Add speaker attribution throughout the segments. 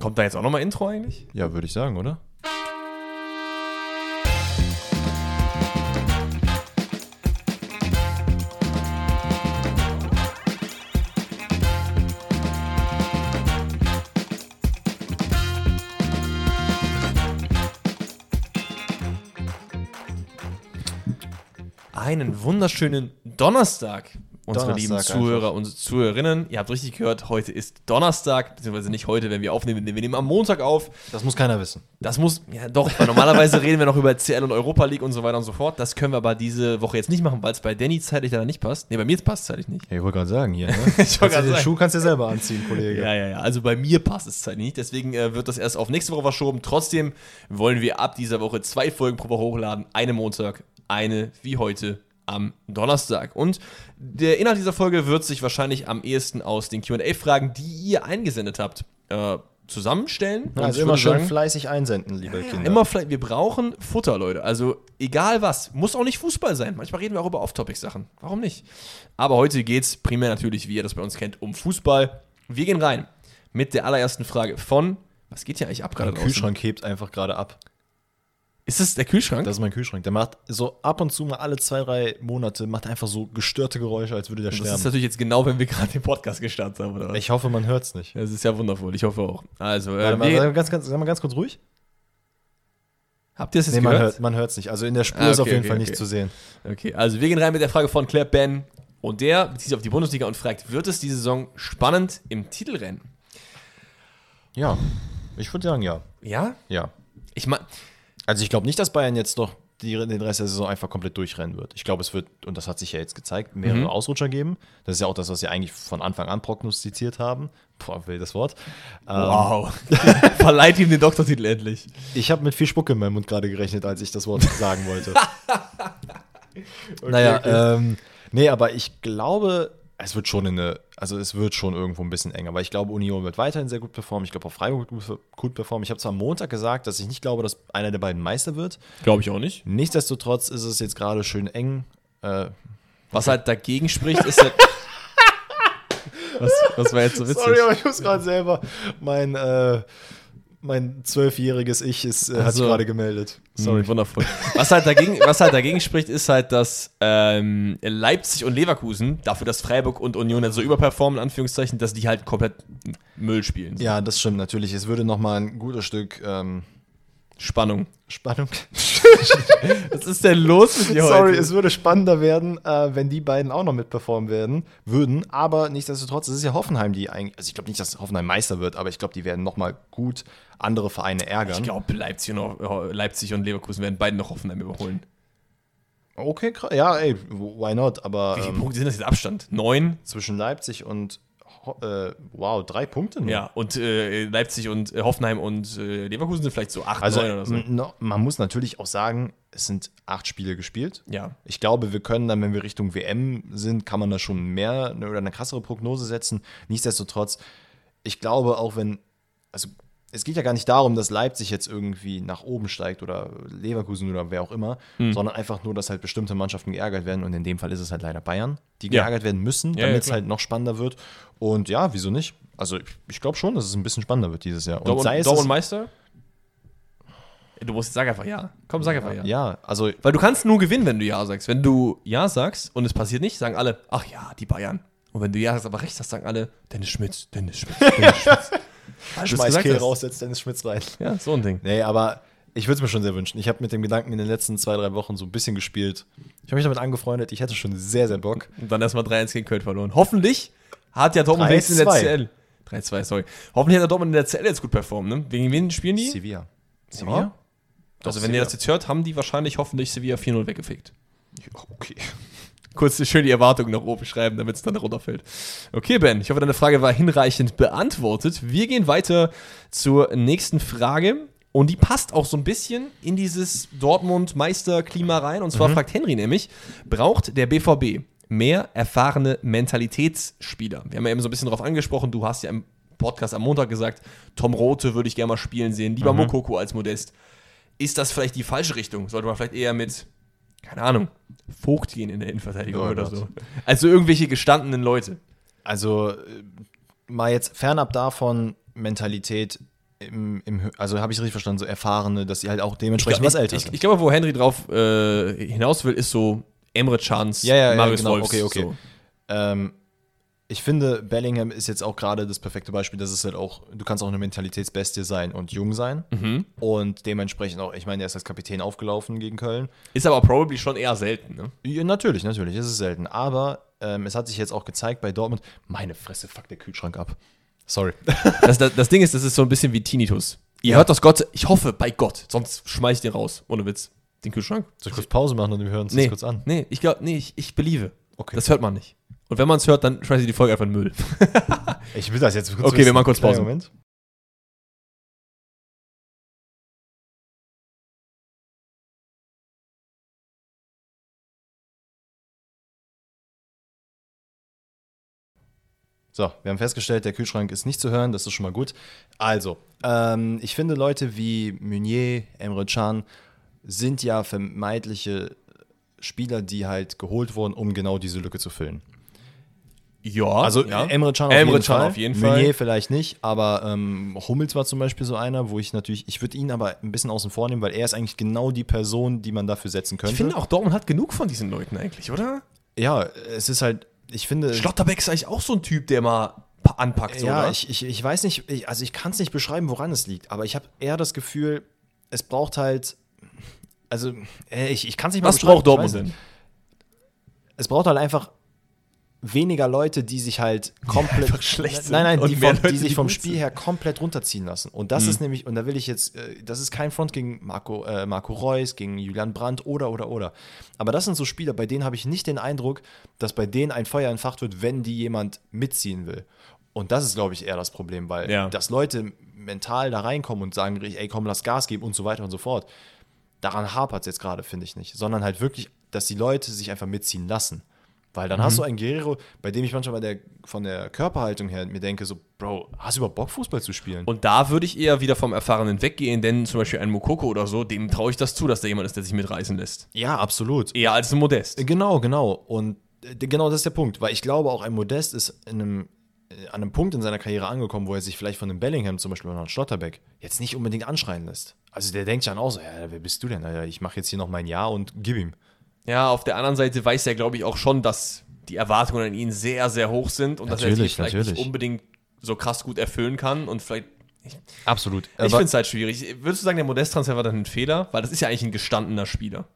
Speaker 1: Kommt da jetzt auch nochmal Intro eigentlich?
Speaker 2: Ja, würde ich sagen, oder?
Speaker 1: Einen wunderschönen Donnerstag, unsere
Speaker 2: Donnerstag
Speaker 1: lieben
Speaker 2: einfach.
Speaker 1: Zuhörer und Zuhörerinnen. Ihr habt richtig gehört, heute ist Donnerstag, beziehungsweise nicht heute, wenn wir aufnehmen, denn wir nehmen am Montag auf.
Speaker 2: Das muss keiner wissen.
Speaker 1: Das muss, ja doch, weil normalerweise reden wir noch über CL und Europa League und so weiter und so fort. Das können wir aber diese Woche jetzt nicht machen, weil es bei Danny zeitlich leider nicht passt. Nee, bei mir jetzt passt es zeitlich nicht.
Speaker 2: Ja, ich wollte gerade sagen hier. Ne?
Speaker 1: Ich wollte
Speaker 2: Kannst du
Speaker 1: gerade
Speaker 2: den
Speaker 1: sagen.
Speaker 2: Schuh kannst du dir selber anziehen, Kollege.
Speaker 1: Ja, ja, ja. Also bei mir passt es zeitlich nicht. Deswegen äh, wird das erst auf nächste Woche verschoben. Trotzdem wollen wir ab dieser Woche zwei Folgen pro Woche hochladen. Eine Montag, eine wie heute am Donnerstag. Und der Inhalt dieser Folge wird sich wahrscheinlich am ehesten aus den QA-Fragen, die ihr eingesendet habt, äh, zusammenstellen. Und
Speaker 2: Also
Speaker 1: ich
Speaker 2: immer
Speaker 1: würde
Speaker 2: schön
Speaker 1: sagen,
Speaker 2: fleißig einsenden, liebe
Speaker 1: ja,
Speaker 2: Kinder.
Speaker 1: immer vielleicht, wir brauchen Futter, Leute. Also egal was. Muss auch nicht Fußball sein. Manchmal reden wir auch über Off-Topic-Sachen. Warum nicht? Aber heute geht's primär natürlich, wie ihr das bei uns kennt, um Fußball. Wir gehen rein mit der allerersten Frage von, was geht hier eigentlich ab gerade
Speaker 2: Mein
Speaker 1: draußen?
Speaker 2: Kühlschrank hebt einfach gerade ab.
Speaker 1: Ist das der Kühlschrank?
Speaker 2: Das ist mein Kühlschrank. Der macht so ab und zu mal alle zwei, drei Monate, macht einfach so gestörte Geräusche, als würde der
Speaker 1: das ist
Speaker 2: sterben.
Speaker 1: natürlich jetzt genau, wenn wir gerade den Podcast gestartet haben, oder was?
Speaker 2: Ich hoffe, man hört's nicht.
Speaker 1: Das ist ja wundervoll. Ich hoffe auch. Also, äh,
Speaker 2: Warte mal,
Speaker 1: wir,
Speaker 2: sei mal ganz, ganz, sei mal ganz kurz ruhig.
Speaker 1: habt ihr es jetzt
Speaker 2: Nee, man
Speaker 1: gehört?
Speaker 2: hört man hört's nicht. Also in der Spur
Speaker 1: Ah,
Speaker 2: ist auf
Speaker 1: okay,
Speaker 2: jeden
Speaker 1: okay,
Speaker 2: Fall
Speaker 1: okay.
Speaker 2: nicht zu sehen.
Speaker 1: Okay, also wir gehen rein mit der Frage von Claire Ben. Und der bezieht sich auf die Bundesliga und fragt, wird es die Saison spannend im Titelrennen?
Speaker 2: Ja. Ich würde sagen, ja.
Speaker 1: Ja?
Speaker 2: Ja.
Speaker 1: Ich meine,
Speaker 2: Also ich glaube nicht, dass Bayern jetzt noch die, den Rest der Saison einfach komplett durchrennen wird. Ich glaube, es wird, und das hat sich ja jetzt gezeigt, mehrere Ausrutscher geben. Das ist ja auch das, was wir eigentlich von Anfang an prognostiziert haben. Boah, wildes Wort. Ähm,
Speaker 1: Wow. Verleiht ihm den Doktortitel endlich.
Speaker 2: Ich habe mit viel Spucke in meinem Mund gerade gerechnet, als ich das Wort sagen wollte. naja, ähm, nee, aber ich glaube, es wird schon in eine, also es wird schon irgendwo ein bisschen eng. Aber ich glaube, Union wird weiterhin sehr gut performen. Ich glaube, auch Freiburg wird gut- gut performen. Ich habe zwar am Montag gesagt, dass ich nicht glaube, dass einer der beiden Meister wird.
Speaker 1: Glaube ich auch nicht.
Speaker 2: Nichtsdestotrotz ist es jetzt gerade schön eng. Äh,
Speaker 1: Was halt dagegen spricht, ist halt. was, was war jetzt so witzig?
Speaker 2: Sorry, aber ich muss gerade selber. Mein äh, mein zwölfjähriges Ich ist, äh, hat
Speaker 1: Also-
Speaker 2: sich gerade gemeldet. Sorry.
Speaker 1: Sorry, wundervoll. Was halt, dagegen, was halt dagegen spricht, ist halt, dass ähm, Leipzig und Leverkusen, dafür, dass Freiburg und Union halt so überperformen, in Anführungszeichen, dass die halt komplett Müll spielen.
Speaker 2: Ja, das stimmt natürlich. Es würde noch mal ein gutes Stück ähm,
Speaker 1: Spannung.
Speaker 2: Spannung.
Speaker 1: Was ist denn los mit dir
Speaker 2: Sorry,
Speaker 1: heute?
Speaker 2: es würde spannender werden, äh, wenn die beiden auch noch mitperformen werden würden. Aber nichtsdestotrotz, es ist ja Hoffenheim, die eigentlich. Also ich glaube nicht, dass Hoffenheim Meister wird, aber ich glaube, die werden noch mal gut andere Vereine ärgern.
Speaker 1: ich glaube, Leipzig und, Leipzig und Leverkusen werden beiden noch Hoffenheim überholen.
Speaker 2: Okay, krass. Ja, ey, why not? Aber
Speaker 1: Wie viele
Speaker 2: ähm,
Speaker 1: Punkte sind das jetzt Abstand? Neun?
Speaker 2: zwischen Leipzig und Ho- äh, wow, drei Punkte nur.
Speaker 1: Ja, und äh, Leipzig und äh, Hoffenheim und äh, Leverkusen sind vielleicht so 8,
Speaker 2: Also
Speaker 1: 9 oder so.
Speaker 2: m- no, man muss natürlich auch sagen, es sind acht Spiele gespielt.
Speaker 1: Ja.
Speaker 2: Ich glaube, wir können dann, wenn wir Richtung WM sind, kann man da schon mehr ne, oder eine krassere Prognose setzen. Nichtsdestotrotz, ich glaube, auch wenn, also es geht ja gar nicht darum, dass Leipzig jetzt irgendwie nach oben steigt oder Leverkusen oder wer auch immer,
Speaker 1: Hm.
Speaker 2: sondern einfach nur, dass halt bestimmte Mannschaften geärgert werden. Und in dem Fall ist es halt leider Bayern, die
Speaker 1: Ja.
Speaker 2: geärgert werden müssen,
Speaker 1: Ja, ja,
Speaker 2: damit es
Speaker 1: klar.
Speaker 2: halt noch spannender wird. Und ja, wieso nicht? Also ich, ich glaube schon, dass es ein bisschen spannender wird dieses Jahr. Und
Speaker 1: Dortmund,
Speaker 2: sei es
Speaker 1: Dortmund Meister? Äh, Du musst sag einfach ja. Komm, sag einfach ja.
Speaker 2: ja, also
Speaker 1: Weil du kannst nur gewinnen, wenn du ja sagst. Wenn du ja sagst und es passiert nicht, sagen alle, ach ja, die Bayern. Und wenn du ja sagst, aber recht hast, sagen alle, Dennis Schmitz, Dennis Schmitz, Dennis Schmitz. Weil du es
Speaker 2: Schmeiß
Speaker 1: gesagt
Speaker 2: Kehl
Speaker 1: hast.
Speaker 2: raus, setzt Dennis Schmitz rein.
Speaker 1: Ja, so ein Ding.
Speaker 2: Nee, aber ich würde es mir schon sehr wünschen. Ich habe mit dem Gedanken in den letzten zwei, drei Wochen so ein bisschen gespielt. Ich habe mich damit angefreundet. Ich hätte schon sehr, sehr Bock.
Speaker 1: Und dann erstmal 3-1 gegen Köln verloren. Hoffentlich hat ja Dortmund wenigstens in der
Speaker 2: 3-2.
Speaker 1: CL. 3-2, sorry. Hoffentlich hat der Dortmund in der CL jetzt gut performt, ne? Gegen wen spielen die?
Speaker 2: Sevilla.
Speaker 1: Sevilla? Also, wenn ihr das jetzt hört, haben die wahrscheinlich hoffentlich Sevilla 4-0 weggefegt. Oh,
Speaker 2: Okay.
Speaker 1: Kurz schön die Erwartungen nach oben schreiben, damit es dann runterfällt. Okay, Ben, ich hoffe, deine Frage war hinreichend beantwortet. Wir gehen weiter zur nächsten Frage. Und die passt auch so ein bisschen in dieses Dortmund-Meister-Klima rein. Und zwar fragt Henry nämlich: Braucht der BVB mehr erfahrene Mentalitätsspieler? Wir haben ja eben so ein bisschen darauf angesprochen. Du hast ja im Podcast am Montag gesagt: Tom Rote würde ich gerne mal spielen sehen, lieber Mokoko als Modest ist das vielleicht die falsche Richtung? Sollte man vielleicht eher mit, keine Ahnung, Vogt gehen in der Innenverteidigung
Speaker 2: Ja,
Speaker 1: oder
Speaker 2: Gott.
Speaker 1: so. Also irgendwelche gestandenen Leute.
Speaker 2: Also, äh, mal jetzt fernab davon, Mentalität im, im, also habe ich richtig verstanden, so erfahrene, dass sie halt auch dementsprechend was älter
Speaker 1: ich,
Speaker 2: sind.
Speaker 1: ich glaube, wo Henry drauf äh, hinaus will, ist so Emre Chans,
Speaker 2: Ja, ja, ja,
Speaker 1: Marius
Speaker 2: genau.
Speaker 1: Wolfs.
Speaker 2: Okay, okay.
Speaker 1: So.
Speaker 2: Ähm, ich finde, Bellingham ist jetzt auch gerade das perfekte Beispiel, dass es halt auch, du kannst auch eine Mentalitätsbestie sein und jung sein.
Speaker 1: Mhm.
Speaker 2: Und dementsprechend auch, ich meine, er ist als Kapitän aufgelaufen gegen Köln.
Speaker 1: Ist aber probably schon eher selten, ne?
Speaker 2: Ja, natürlich, natürlich, es ist selten. Aber ähm, es hat sich jetzt auch gezeigt bei Dortmund, meine Fresse, fuck der Kühlschrank ab. Sorry.
Speaker 1: Das, das, das Ding ist, das ist so ein bisschen wie Tinnitus. Ihr hört das Gott, ich hoffe, bei Gott, sonst schmeiß ich den raus, ohne Witz. Den Kühlschrank?
Speaker 2: Soll ich kurz Pause machen und wir hören uns das kurz an?
Speaker 1: Nee, ich glaube, nee, ich, ich believe.
Speaker 2: Okay.
Speaker 1: Das hört man nicht. Und wenn man es hört, dann schmeiße ich die Folge einfach in den Müll.
Speaker 2: Ich will das jetzt kurz
Speaker 1: Okay, wir machen kurz Pause.
Speaker 2: Kleinen Moment. So, wir haben festgestellt, der Kühlschrank ist nicht zu hören, das ist schon mal gut. Also, ähm, ich finde Leute wie Meunier, Emre Can sind ja vermeidliche Spieler, die halt geholt wurden, um genau diese Lücke zu füllen.
Speaker 1: Ja.
Speaker 2: Also
Speaker 1: ja.
Speaker 2: Emre Can auf,
Speaker 1: Emre
Speaker 2: jeden,
Speaker 1: Can
Speaker 2: Fall.
Speaker 1: auf jeden Fall.
Speaker 2: Meunier vielleicht nicht, aber ähm, Hummels war zum Beispiel so einer, wo ich natürlich, ich würde ihn aber ein bisschen außen vor nehmen, weil er ist eigentlich genau die Person, die man dafür setzen könnte.
Speaker 1: Ich finde auch, Dortmund hat genug von diesen Leuten eigentlich, oder?
Speaker 2: ja, es ist halt, ich finde.
Speaker 1: Schlotterbeck ist eigentlich auch so ein Typ, der mal pa- anpackt, so,
Speaker 2: ja,
Speaker 1: oder?
Speaker 2: ich, ich, ich weiß nicht, ich, also ich kann es nicht beschreiben, woran es liegt, aber ich habe eher das Gefühl, es braucht halt, also äh, ich, ich kann es nicht mal
Speaker 1: Was
Speaker 2: beschreiben.
Speaker 1: braucht
Speaker 2: ich weiß
Speaker 1: Dortmund
Speaker 2: nicht.
Speaker 1: denn?
Speaker 2: es braucht halt einfach weniger Leute, die sich halt komplett
Speaker 1: einfach schlecht sind
Speaker 2: nein, nein,
Speaker 1: und
Speaker 2: die,
Speaker 1: mehr
Speaker 2: vom,
Speaker 1: Leute,
Speaker 2: die sich
Speaker 1: die
Speaker 2: vom
Speaker 1: gut
Speaker 2: Spiel
Speaker 1: sind. Mhm.
Speaker 2: her komplett runterziehen lassen. Und das ist nämlich, und da will ich jetzt, äh, das ist kein Front gegen Marco, äh, Marco Reus, gegen Julian Brandt oder oder oder. Aber das sind so Spieler, bei denen habe ich nicht den Eindruck, dass bei denen ein Feuer entfacht wird, wenn die jemand mitziehen will. Und das ist, glaube ich, eher das Problem, weil
Speaker 1: Ja.
Speaker 2: dass Leute mental da reinkommen und sagen, ey, komm, lass Gas geben und so weiter und so fort. Daran hapert es jetzt gerade, finde ich nicht. Sondern halt wirklich, dass die Leute sich einfach mitziehen lassen. Weil dann hast du einen Guerrero, bei dem ich manchmal bei der, von der Körperhaltung her mir denke, so, Bro, hast du überhaupt Bock, Fußball zu spielen?
Speaker 1: Und da würde ich eher wieder vom Erfahrenen weggehen, denn zum Beispiel ein Mokoko oder so, dem traue ich das zu, dass da jemand ist, der sich mitreißen lässt.
Speaker 2: ja, absolut.
Speaker 1: Eher als ein Modest.
Speaker 2: Genau, genau. Und äh, genau das ist der Punkt. Weil ich glaube, auch ein Modest ist in einem, äh, an einem Punkt in seiner Karriere angekommen, wo er sich vielleicht von einem Bellingham zum Beispiel oder einem Schlotterbeck jetzt nicht unbedingt anschreien lässt. Also der denkt dann auch so, ja, wer bist du denn? Alter? Ich mache jetzt hier noch mein Jahr und gib ihm.
Speaker 1: Ja, auf der anderen Seite weiß er, glaube ich, auch schon, dass die Erwartungen an ihn sehr, sehr hoch sind und dass er
Speaker 2: Natürlich,
Speaker 1: sich vielleicht
Speaker 2: natürlich.
Speaker 1: nicht unbedingt so krass gut erfüllen kann und vielleicht.
Speaker 2: Absolut.
Speaker 1: ich finde es halt schwierig. Würdest du sagen, der Modest-Transfer war dann ein Fehler? Weil das ist ja eigentlich ein gestandener Spieler.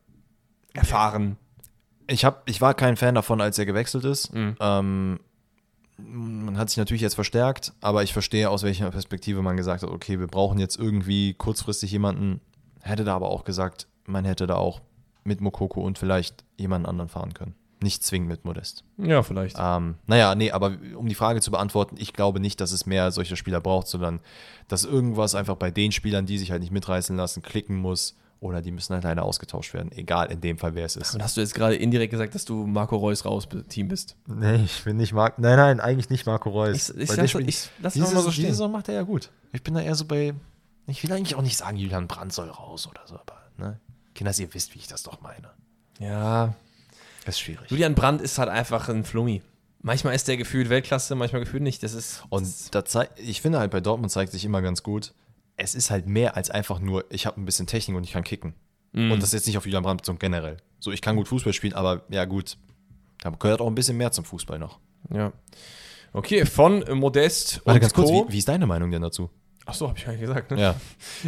Speaker 1: Erfahren.
Speaker 2: ich, hab, ich war kein Fan davon, als er gewechselt ist. Ähm, man hat sich natürlich jetzt verstärkt, aber ich verstehe, aus welcher Perspektive man gesagt hat, okay, wir brauchen jetzt irgendwie kurzfristig jemanden. Hätte da aber auch gesagt, man hätte da auch mit Mokoko und vielleicht jemanden anderen fahren können. Nicht zwingend mit Modest.
Speaker 1: Ja, vielleicht.
Speaker 2: Ähm, naja, nee, aber um die Frage zu beantworten, ich glaube nicht, dass es mehr solcher Spieler braucht, sondern dass irgendwas einfach bei den Spielern, die sich halt nicht mitreißen lassen, klicken muss oder die müssen halt leider ausgetauscht werden. Egal in dem Fall, wer es ist.
Speaker 1: Und hast du jetzt gerade indirekt gesagt, dass du Marco Reus raus be- Team bist?
Speaker 2: Nee, ich bin nicht Marco. Nein, nein, eigentlich nicht Marco Reus.
Speaker 1: Ich- ich
Speaker 2: Weil
Speaker 1: lass-
Speaker 2: der spielt-
Speaker 1: ich lass ihn
Speaker 2: diese,
Speaker 1: auch mal so
Speaker 2: Diese
Speaker 1: stehen.
Speaker 2: Saison macht er ja gut. Ich bin da eher so bei. Ich will eigentlich auch nicht sagen, Julian Brandt soll raus oder so, aber, ne? Kinders, ihr wisst, wie ich das doch meine.
Speaker 1: Ja.
Speaker 2: Das ist schwierig.
Speaker 1: Julian Brandt ist halt einfach ein Flummi. Manchmal ist der gefühlt Weltklasse, manchmal gefühlt nicht. Das ist.
Speaker 2: Und da zei- ich finde halt, bei Dortmund zeigt sich immer ganz gut, es ist halt mehr als einfach nur, ich habe ein bisschen Technik und ich kann kicken. Und das ist jetzt nicht auf Julian Brandt bezogen, generell. So, ich kann gut Fußball spielen, aber ja, gut. Da gehört auch ein bisschen mehr zum Fußball noch.
Speaker 1: Ja. Okay, von äh, Modest
Speaker 2: Warte
Speaker 1: und
Speaker 2: ganz kurz,
Speaker 1: Co.
Speaker 2: wie, wie ist deine Meinung denn dazu?
Speaker 1: Ach so, habe ich gar nicht gesagt. Ne?
Speaker 2: Ja.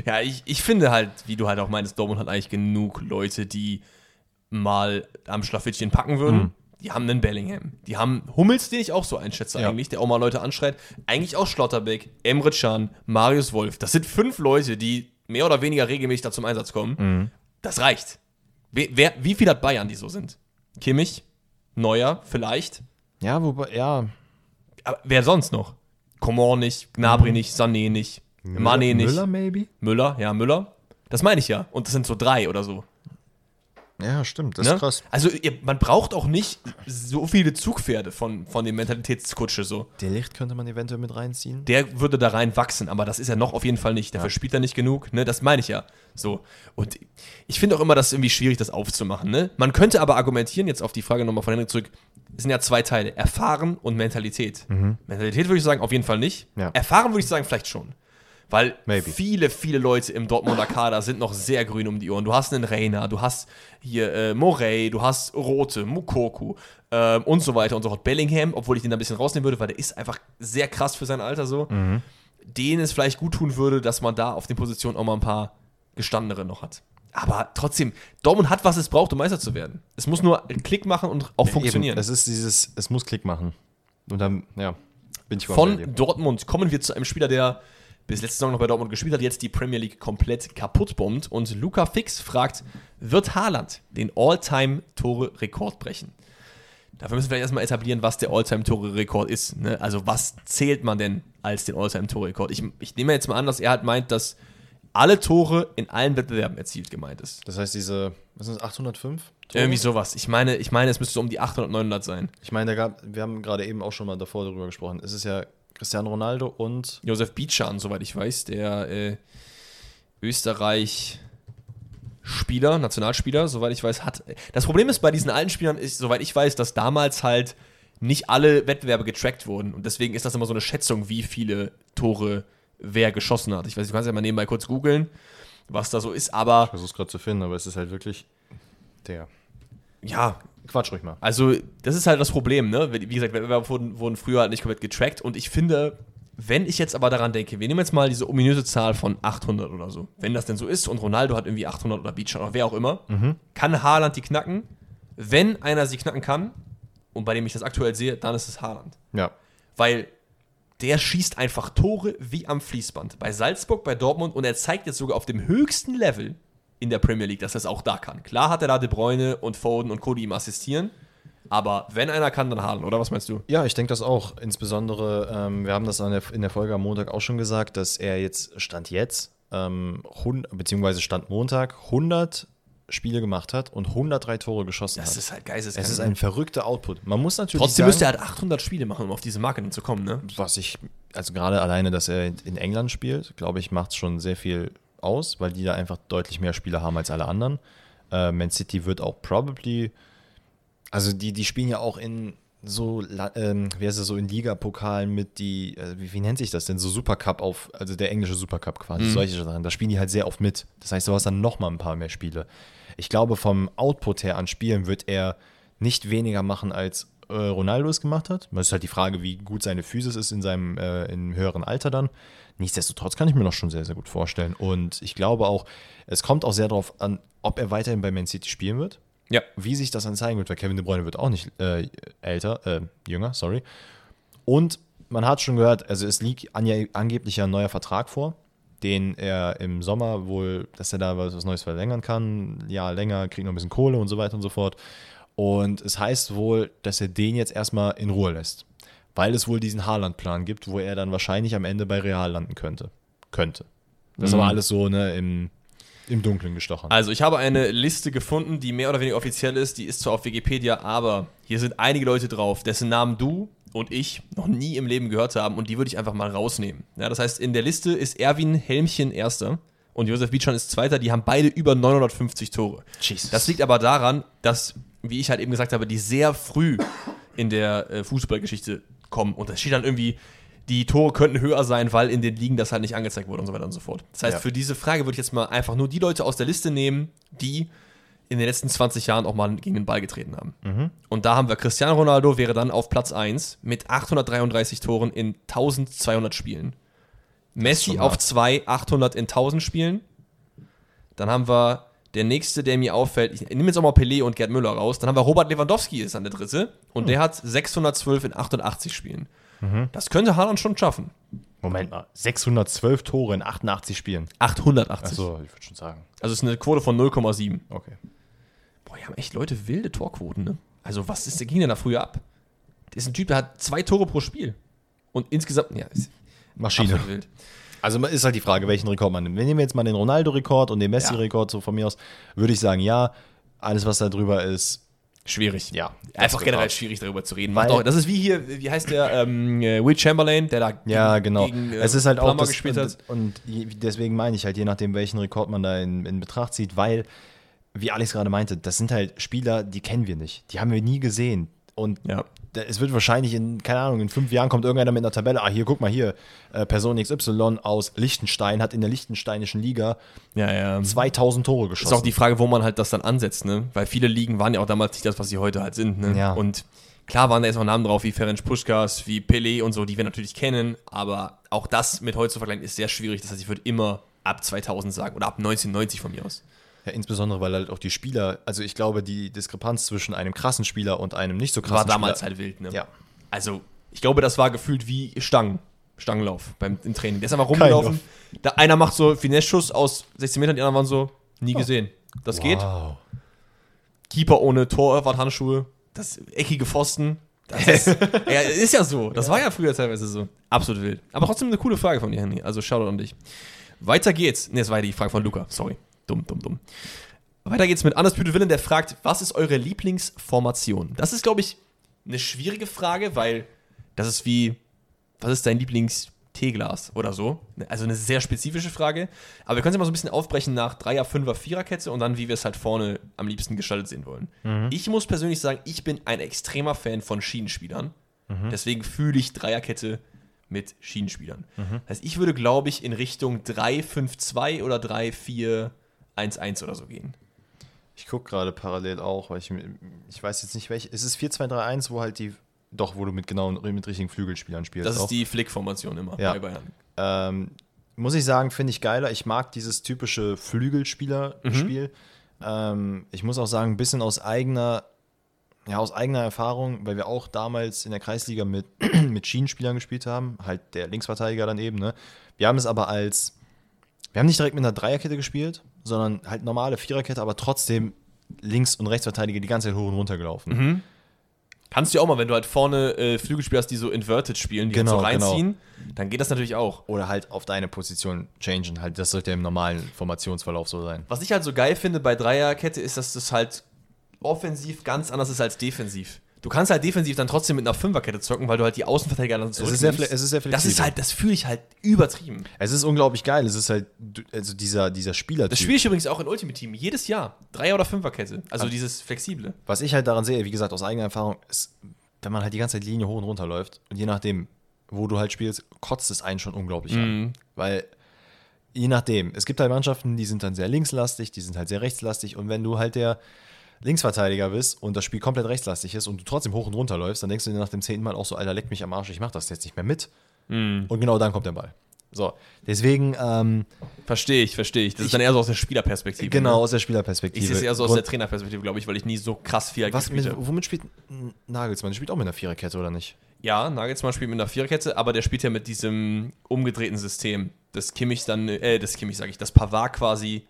Speaker 1: Ja, ich, ich finde halt, wie du halt auch meinst, Dortmund hat eigentlich genug Leute, die mal am Schlafittchen packen würden.
Speaker 2: Mhm.
Speaker 1: Die haben einen Bellingham. Die haben Hummels, den ich auch so einschätze
Speaker 2: Ja.
Speaker 1: eigentlich, der auch mal Leute anschreit. Eigentlich auch Schlotterbeck, Emre Can, Marius Wolf. Das sind fünf Leute, die mehr oder weniger regelmäßig da zum Einsatz kommen.
Speaker 2: Mhm.
Speaker 1: Das reicht. Wer, wer, wie viel hat Bayern, die so sind? Kimmich, Neuer, vielleicht.
Speaker 2: Ja, wobei, ja,
Speaker 1: Aber wer sonst noch? Komor nicht, Gnabry nicht, Sané nicht, Mané nicht.
Speaker 2: Mhm. Müller maybe?
Speaker 1: Müller, ja, Müller. Das meine ich ja. Und das sind so drei oder so.
Speaker 2: Ja, stimmt, das
Speaker 1: Ne? Also ihr, man braucht auch nicht so viele Zugpferde von, von dem Mentalitätskutsche so.
Speaker 2: Der Licht könnte man eventuell mit reinziehen.
Speaker 1: Der würde da rein wachsen, aber das ist er noch auf jeden Fall nicht. Dafür spielt er nicht genug, ne? Das meine ich ja. So. Und ich finde auch immer, das ist irgendwie schwierig, das aufzumachen, ne? Man könnte aber argumentieren, jetzt auf die Frage nochmal von Henrik zurück, es sind ja zwei Teile, Erfahren und Mentalität. Mentalität würde ich sagen, auf jeden Fall nicht.
Speaker 2: Mhm. Ja.
Speaker 1: Erfahren würde ich sagen, vielleicht schon. Weil
Speaker 2: Maybe.
Speaker 1: viele, viele Leute im Dortmunder Kader sind noch sehr grün um die Ohren. Du hast einen Reiner, du hast hier äh, Morey, du hast Rote, Mukoku ähm, und so weiter und so fort. Bellingham, obwohl ich den da ein bisschen rausnehmen würde, weil der ist einfach sehr krass für sein Alter so.
Speaker 2: Mhm.
Speaker 1: Denen es vielleicht gut tun würde, dass man da auf den Positionen auch mal ein paar Gestandenere noch hat. Aber trotzdem, Dortmund hat, was es braucht, um Meister zu werden. Es muss nur Klick machen und auch funktionieren.
Speaker 2: Eben, es ist dieses, es muss Klick machen. Und dann, ja, bin ich voll bei dir.
Speaker 1: Von Dortmund kommen wir zu einem Spieler, der bis letzte Saison noch bei Dortmund gespielt hat, jetzt die Premier League komplett kaputt bombt. Und Luca Fix fragt, wird Haaland den All-Time-Tore-Rekord brechen? Dafür müssen wir vielleicht erstmal etablieren, was der All-Time-Tore-Rekord ist. Ne? Also was zählt man denn als den All-Time-Tore-Rekord? Ich, ich nehme jetzt mal an, dass er halt meint, dass alle Tore in allen Wettbewerben erzielt gemeint ist.
Speaker 2: Das heißt, diese, was sind das, 805? Tore?
Speaker 1: Irgendwie sowas. Ich meine, ich meine, es müsste so um die 800, 900 sein.
Speaker 2: Ich meine, da gab, wir haben gerade eben auch schon mal davor darüber gesprochen. Es ist ja Cristiano Ronaldo und
Speaker 1: Josef Bietschan, soweit ich weiß, der äh, Österreich-Spieler, Nationalspieler, soweit ich weiß, hat. äh, Das Problem ist bei diesen alten Spielern, ist, soweit ich weiß, dass damals halt nicht alle Wettbewerbe getrackt wurden. Und deswegen ist das immer so eine Schätzung, wie viele Tore wer geschossen hat. Ich weiß, du kannst ja mal nebenbei kurz googeln, was da so ist, aber
Speaker 2: versuch's gerade zu finden, aber es ist halt wirklich der.
Speaker 1: ja,
Speaker 2: Quatsch ruhig mal.
Speaker 1: Also, das ist halt das Problem, ne? Wie wie gesagt, Wettbewerbe wurden, wurden früher halt nicht komplett getrackt und ich finde, wenn ich jetzt aber daran denke, wir nehmen jetzt mal diese ominöse Zahl von 800 oder so, wenn das denn so ist und Ronaldo hat irgendwie 800 oder Beach oder wer auch immer, kann Haaland die knacken? Wenn einer sie knacken kann und bei dem ich das aktuell sehe, dann ist es Haaland.
Speaker 2: Ja.
Speaker 1: Weil der schießt einfach Tore wie am Fließband. Bei Salzburg, bei Dortmund und er zeigt jetzt sogar auf dem höchsten Level in der Premier League, dass er es auch da kann. Klar hat er da De Bruyne und Foden und Co., die ihm assistieren. Aber wenn einer kann, dann Haaland, oder was meinst du?
Speaker 2: Ja, ich denke das auch. Insbesondere, ähm, wir haben das an der, in der Folge am Montag auch schon gesagt, dass er jetzt, Stand jetzt, ähm, hun- beziehungsweise Stand Montag, 100 Spiele gemacht hat und 103 Tore geschossen hat.
Speaker 1: ist halt geisteskrank.
Speaker 2: es ist ein verrückter Output. Man muss natürlich
Speaker 1: Trotzdem müsste
Speaker 2: sagen,
Speaker 1: er halt 800 Spiele machen, um auf diese Marke zu kommen, ne?
Speaker 2: was ich, also gerade alleine, dass er in England spielt, glaube ich, macht schon sehr viel aus, weil die da einfach deutlich mehr Spieler haben als alle anderen. Äh, Man City wird auch probably, also die, die spielen ja auch in so, La- ähm, wie heißt das, so in Ligapokalen mit die, äh, wie, wie nennt sich das denn, so Supercup auf, also der englische Supercup quasi, solche Sachen, da spielen die halt sehr oft mit. Das heißt, du hast dann nochmal ein paar mehr Spiele. Ich glaube, vom Output her an Spielen wird er nicht weniger machen, als äh, Ronaldo es gemacht hat. Das ist halt die Frage, wie gut seine Physis ist in seinem äh, in höheren Alter dann. Nichtsdestotrotz kann ich mir noch schon sehr, sehr gut vorstellen. Und ich glaube auch, es kommt auch sehr darauf an, ob er weiterhin bei Man City spielen wird
Speaker 1: Ja.
Speaker 2: wie sich das dann zeigen wird, weil Kevin De Bruyne wird auch nicht äh, älter, äh, jünger, sorry. Und man hat schon gehört, also es liegt anja- angeblich ja ein neuer Vertrag vor, den er im Sommer wohl, dass er da was, was Neues verlängern kann, ja länger, kriegt noch ein bisschen Kohle und so weiter und so fort. Und es heißt wohl, dass er den jetzt erstmal in Ruhe lässt, weil es wohl diesen Haaland-Plan gibt, wo er dann wahrscheinlich am Ende bei Real landen könnte. Könnte. Das ist
Speaker 1: Mhm.
Speaker 2: aber alles so ne, im, im Dunkeln gestochen.
Speaker 1: Also, ich habe eine Liste gefunden, die mehr oder weniger offiziell ist. Die ist zwar auf Wikipedia, aber hier sind einige Leute drauf, dessen Namen du und ich noch nie im Leben gehört haben. Und die würde ich einfach mal rausnehmen. Ja, das heißt, in der Liste ist Erwin Helmchen Erster und Josef Bietschan ist Zweiter. Die haben beide über 950 Tore.
Speaker 2: Jesus.
Speaker 1: Das liegt aber daran, dass, wie ich halt eben gesagt habe, die sehr früh in der äh, Fußballgeschichte kommen. Und das steht dann irgendwie, die Tore könnten höher sein, weil in den Ligen das halt nicht angezeigt wurde und so weiter und so fort. Das heißt,
Speaker 2: Ja.
Speaker 1: für diese Frage würde ich jetzt mal einfach nur die Leute aus der Liste nehmen, die in den letzten 20 Jahren auch mal gegen den Ball getreten haben.
Speaker 2: Mhm.
Speaker 1: Und da haben wir Cristiano Ronaldo wäre dann auf Platz 1 mit 833 Toren in 1200 Spielen. Messi
Speaker 2: schon
Speaker 1: auf
Speaker 2: hart.
Speaker 1: 2, 800 in 1000 Spielen. Dann haben wir der nächste, der mir auffällt. Ich nehme jetzt auch mal Pelé und Gerd Müller raus. Dann haben wir Robert Lewandowski ist an der dritte. Und
Speaker 2: Hm.
Speaker 1: der hat 612 in 88 Spielen.
Speaker 2: Mhm.
Speaker 1: Das könnte Haaland schon schaffen.
Speaker 2: Moment mal, 612 Tore in 88 Spielen.
Speaker 1: 880.
Speaker 2: Achso, ich würde schon sagen.
Speaker 1: Also ist eine Quote von 0,7.
Speaker 2: Okay.
Speaker 1: Boah, hier haben echt Leute wilde Torquoten, ne? Also, was ist, ging denn da früher ab? Das ist ein Typ, der hat zwei Tore pro Spiel. Und insgesamt, ja, ist
Speaker 2: Maschine.
Speaker 1: absolut wild.
Speaker 2: Also man- ist halt die Frage, welchen Rekord man nimmt. Wenn nehmen wir jetzt mal den Ronaldo-Rekord und den Messi-Rekord so von mir aus, würde ich sagen, ja, alles, was da drüber ist,
Speaker 1: Schwierig.
Speaker 2: ja.
Speaker 1: Einfach
Speaker 2: das
Speaker 1: generell
Speaker 2: Rekord.
Speaker 1: schwierig darüber zu reden.
Speaker 2: Weil-
Speaker 1: Macht auch, das ist wie hier, wie heißt der, ähm, äh, Will Chamberlain, der da
Speaker 2: Ja, genau.
Speaker 1: gegen, äh,
Speaker 2: es ist halt auch
Speaker 1: Plummer
Speaker 2: das,
Speaker 1: gespielt hat.
Speaker 2: und, und je- deswegen meine ich halt, je nachdem, welchen Rekord man da in, in Betracht zieht, weil, wie Alex gerade meinte, das sind halt Spieler, die kennen wir nicht. Die haben wir nie gesehen. Und
Speaker 1: Ja.
Speaker 2: da- es wird wahrscheinlich in, keine Ahnung, in fünf Jahren kommt irgendeiner mit einer Tabelle. Ah, hier, guck mal hier. Äh, Person XY aus Liechtenstein hat in der liechtensteinischen Liga
Speaker 1: Ja, ja.
Speaker 2: 2000 Tore
Speaker 1: Ist auch
Speaker 2: geschossen.
Speaker 1: die Frage, wo man halt das dann ansetzt, ne? Weil viele Ligen waren ja auch damals nicht das, was sie heute halt sind, ne?
Speaker 2: Ja.
Speaker 1: Und klar waren da jetzt noch Namen drauf, wie Ferenc Puskas, wie Pele und so, die wir natürlich kennen, aber auch das mit heute zu vergleichen ist sehr schwierig. Das heißt, ich würde immer ab 2000 sagen oder ab 1990 von mir aus.
Speaker 2: ja, insbesondere, weil halt auch die Spieler, also ich glaube, die Diskrepanz zwischen einem krassen Spieler und einem nicht so krassen
Speaker 1: War damals
Speaker 2: Spieler.
Speaker 1: halt wild, ne?
Speaker 2: Ja.
Speaker 1: Also, ich glaube, das war gefühlt wie Stangen. Stangenlauf beim, im Training. Der ist einfach rumgelaufen. Da, einer macht so Finesse-Schuss aus 16 Metern, die anderen waren so, nie gesehen. Das geht.
Speaker 2: Wow.
Speaker 1: Keeper ohne Torwart-Handschuhe, das eckige Pfosten. Das ist, ja, ist ja so. Das war ja früher teilweise so. Absolut wild. Aber trotzdem eine coole Frage von dir, Henry. Also Shoutout an dich. Weiter geht's. Ne, das war ja die Frage von Luca. Sorry. Dumm, dumm, dumm. Weiter geht's mit Anders Püte Willen, der fragt, was ist eure Lieblingsformation? Das ist, glaube ich, eine schwierige Frage, weil das ist wie, was ist dein Lieblings-Teeglas oder so? Also eine sehr spezifische Frage. Aber wir können es ja mal so ein bisschen aufbrechen nach Dreier, Fünfer, Viererkette und dann, wie wir es halt vorne am liebsten gestaltet sehen wollen.
Speaker 2: Mhm.
Speaker 1: Ich muss persönlich sagen, ich bin ein extremer Fan von Schienenspielern.
Speaker 2: Mhm.
Speaker 1: Deswegen fühle ich Dreierkette mit Schienenspielern.
Speaker 2: Mhm.
Speaker 1: Das heißt, ich würde, glaube ich, in Richtung 3-5-2 oder 3-4-1-1 oder so gehen.
Speaker 2: Ich gucke gerade parallel auch, weil ich, ich weiß jetzt nicht welche. Ist es 4-2-3-1, wo halt die. Doch, wo du mit genauen, mit richtigen Flügelspielern spielst.
Speaker 1: Das
Speaker 2: auch.
Speaker 1: ist die Flick-Formation immer
Speaker 2: Ja.
Speaker 1: bei Bayern.
Speaker 2: Ähm, muss ich sagen, finde ich geiler. Ich mag dieses typische Flügelspieler-Spiel. Ähm, ich muss auch sagen, ein bisschen aus eigener, ja, aus eigener Erfahrung, weil wir auch damals in der Kreisliga mit, mit Schienenspielern gespielt haben, halt der Linksverteidiger dann eben. Ne? Wir haben es aber als, wir haben nicht direkt mit einer Dreierkette gespielt, sondern halt normale Viererkette, aber trotzdem Links- und Rechtsverteidiger die ganze Zeit hoch und runter gelaufen.
Speaker 1: Kannst du ja auch mal, wenn du halt vorne äh, Flügelspieler hast, die so inverted spielen, die
Speaker 2: Genau,
Speaker 1: halt so reinziehen, dann geht das natürlich auch.
Speaker 2: Oder halt auf deine Position changen. Halt, das sollte ja im normalen Formationsverlauf so sein.
Speaker 1: Was ich halt so geil finde bei Dreierkette ist, dass das halt offensiv ganz anders ist als defensiv. Du kannst halt defensiv dann trotzdem mit einer Fünferkette zocken, weil du halt die Außenverteidiger dann so
Speaker 2: ist sehr fle- es ist sehr
Speaker 1: Das ist
Speaker 2: flexibel.
Speaker 1: halt, das fühle ich halt übertrieben.
Speaker 2: Es ist unglaublich geil. Es ist halt, du- also dieser, dieser Spieler.
Speaker 1: Das spiele ich übrigens auch in Ultimate Team jedes Jahr. Dreier- oder Fünferkette. Also dieses flexible.
Speaker 2: Was ich halt daran sehe, wie gesagt, aus eigener Erfahrung, ist, wenn man halt die ganze Zeit Linie hoch und runter läuft und je nachdem, wo du halt spielst, kotzt es einen schon unglaublich
Speaker 1: Mhm.
Speaker 2: an. Weil, je nachdem, es gibt halt Mannschaften, die sind dann sehr linkslastig, die sind halt sehr rechtslastig und wenn du halt der Linksverteidiger bist und das Spiel komplett rechtslastig ist und du trotzdem hoch und runter läufst, dann denkst du dir nach dem zehnten Mal auch so, Alter, leck mich am Arsch, ich mach das jetzt nicht mehr mit.
Speaker 1: Mhm.
Speaker 2: Und genau dann kommt der Ball. So, deswegen, ähm,
Speaker 1: Verstehe ich, verstehe ich. Das ist dann eher so aus der Spielerperspektive.
Speaker 2: genau
Speaker 1: Ne?
Speaker 2: aus der Spielerperspektive.
Speaker 1: Ich sehe es eher so aus
Speaker 2: Grund-
Speaker 1: der Trainerperspektive, glaube ich, weil ich nie so krass viel
Speaker 2: Was
Speaker 1: gespielt
Speaker 2: mit,
Speaker 1: habe.
Speaker 2: womit spielt N- Nagelsmann? Der spielt auch mit einer Viererkette, oder nicht?
Speaker 1: Ja, Nagelsmann spielt mit einer Viererkette, aber der spielt ja mit diesem umgedrehten System, das Kimmich dann, äh, das Kimmich sage ich, das Pavard quasi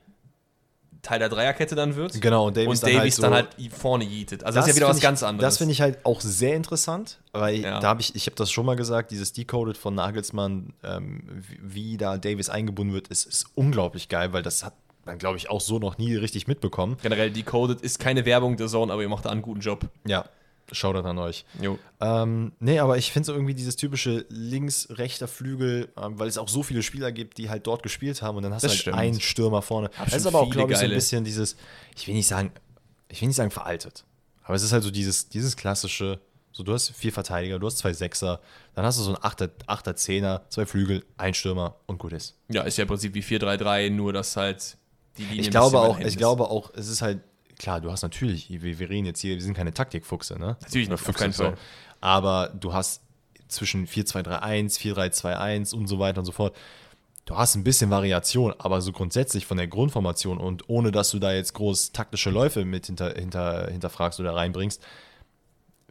Speaker 1: Teil der Dreierkette dann wird.
Speaker 2: Genau, und Davies
Speaker 1: und
Speaker 2: dann
Speaker 1: Davies
Speaker 2: halt so-
Speaker 1: dann halt, vorne jeetet. Also das, ist ja wieder
Speaker 2: find
Speaker 1: was
Speaker 2: ich,
Speaker 1: ganz anderes.
Speaker 2: Das finde ich halt auch sehr interessant, weil
Speaker 1: Ja.
Speaker 2: da habe ich, ich habe das schon mal gesagt, dieses Decoded von Nagelsmann, ähm, wie, wie da Davies eingebunden wird, ist, ist unglaublich geil, weil das hat man, glaube ich, auch so noch nie richtig mitbekommen.
Speaker 1: Generell Decoded ist keine Werbung der Zone, aber ihr macht da einen guten Job.
Speaker 2: Ja, Shoutout an euch.
Speaker 1: Jo.
Speaker 2: Ähm, nee, aber ich finde so irgendwie dieses typische links-rechter Flügel, ähm, weil es auch so viele Spieler gibt, die halt dort gespielt haben und dann hast
Speaker 1: Das
Speaker 2: du halt
Speaker 1: stimmt.
Speaker 2: einen Stürmer vorne.
Speaker 1: Hab
Speaker 2: das ist
Speaker 1: schon
Speaker 2: aber auch,
Speaker 1: viele
Speaker 2: glaube ich, so ein
Speaker 1: geile.
Speaker 2: bisschen dieses, ich will nicht sagen, ich will nicht sagen veraltet, aber es ist halt so dieses, dieses klassische, so du hast vier Verteidiger, du hast zwei Sechser, dann hast du so einen Achter, Achter Zehner, zwei Flügel, ein Stürmer und gut ist.
Speaker 1: Ja, ist ja im Prinzip wie 4-3-3, nur dass halt die Linie
Speaker 2: Ich
Speaker 1: ein
Speaker 2: glaube
Speaker 1: bisschen
Speaker 2: auch,
Speaker 1: mein
Speaker 2: ich
Speaker 1: ist.
Speaker 2: glaube auch, es ist halt, klar, du hast natürlich, wir, wir reden jetzt hier, wir sind keine Taktikfuchse, ne?
Speaker 1: Natürlich nicht,
Speaker 2: Oder
Speaker 1: auf
Speaker 2: Fuchse
Speaker 1: keinen
Speaker 2: und so.
Speaker 1: Fall.
Speaker 2: Aber du hast zwischen 4-2-3-1, 4-3-2-1 und so weiter und so fort. Du hast ein bisschen Variation, aber so grundsätzlich von der Grundformation und ohne, dass du da jetzt groß taktische Läufe mit hinter, hinter, hinterfragst oder reinbringst,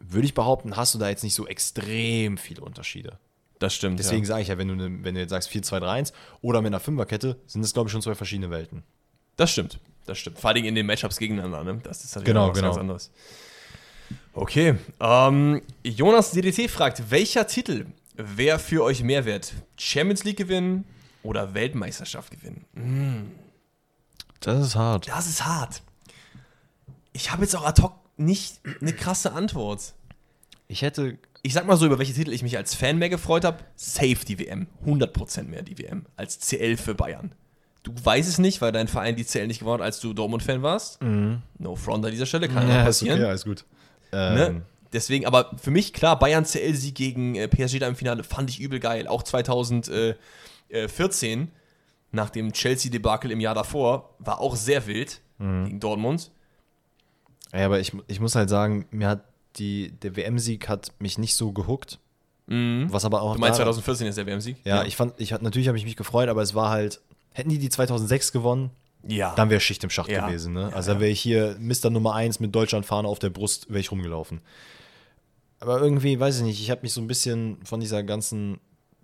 Speaker 2: würde ich behaupten, hast du da jetzt nicht so extrem viele Unterschiede.
Speaker 1: Das stimmt.
Speaker 2: Deswegen
Speaker 1: ja.
Speaker 2: sage ich ja, wenn du, ne, wenn du jetzt sagst 4-2-3-1 oder mit einer Fünferkette, sind das, glaube ich, schon zwei verschiedene Welten.
Speaker 1: Das stimmt. Das stimmt. Vor allem in den Matchups gegeneinander, ne? Das ist natürlich
Speaker 2: Genau,
Speaker 1: auch was
Speaker 2: genau.
Speaker 1: ganz anderes. Okay. Ähm, Jonas DDT fragt, welcher Titel wäre für euch Mehrwert? Champions League gewinnen oder Weltmeisterschaft gewinnen?
Speaker 2: Das ist hart.
Speaker 1: Das ist hart. Ich habe jetzt auch ad hoc nicht eine krasse Antwort.
Speaker 2: Ich hätte.
Speaker 1: Ich sag mal so, über welche Titel ich mich als Fan mehr gefreut habe. Safe die WM. 100% mehr die WM. Als CL für Bayern. Du weißt es nicht, weil dein Verein die CL nicht gewonnen hat, als du Dortmund-Fan warst. No front an dieser Stelle, kann ja,
Speaker 2: Mhm. Ja, ist,
Speaker 1: passieren.
Speaker 2: okay, ja, ist gut. Ähm,
Speaker 1: Ne? Deswegen, aber für mich klar, Bayern CL-Sieg gegen äh, PSG da im Finale fand ich übel geil. Auch äh, 2014, nach dem Chelsea-Debakel im Jahr davor, war auch sehr wild
Speaker 2: Mhm.
Speaker 1: gegen Dortmund.
Speaker 2: Ja, aber ich, ich muss halt sagen, mir hat die, der WM-Sieg hat mich nicht so gehuckt. Was aber auch.
Speaker 1: Mhm. Du meinst
Speaker 2: daran-
Speaker 1: 2014 ist der WM-Sieg?
Speaker 2: Ja, ich fand, ich, hat- natürlich habe ich mich gefreut, aber es war halt, hätten die die 2006 gewonnen,
Speaker 1: ja.
Speaker 2: dann wäre Schicht im Schacht
Speaker 1: Ja.
Speaker 2: gewesen. Ne?
Speaker 1: Ja,
Speaker 2: Also dann wäre ich hier Mister Nummer 1 mit Deutschlandfahne auf der Brust, wäre ich rumgelaufen. Aber irgendwie, weiß ich nicht, ich habe mich so ein bisschen von dieser ganzen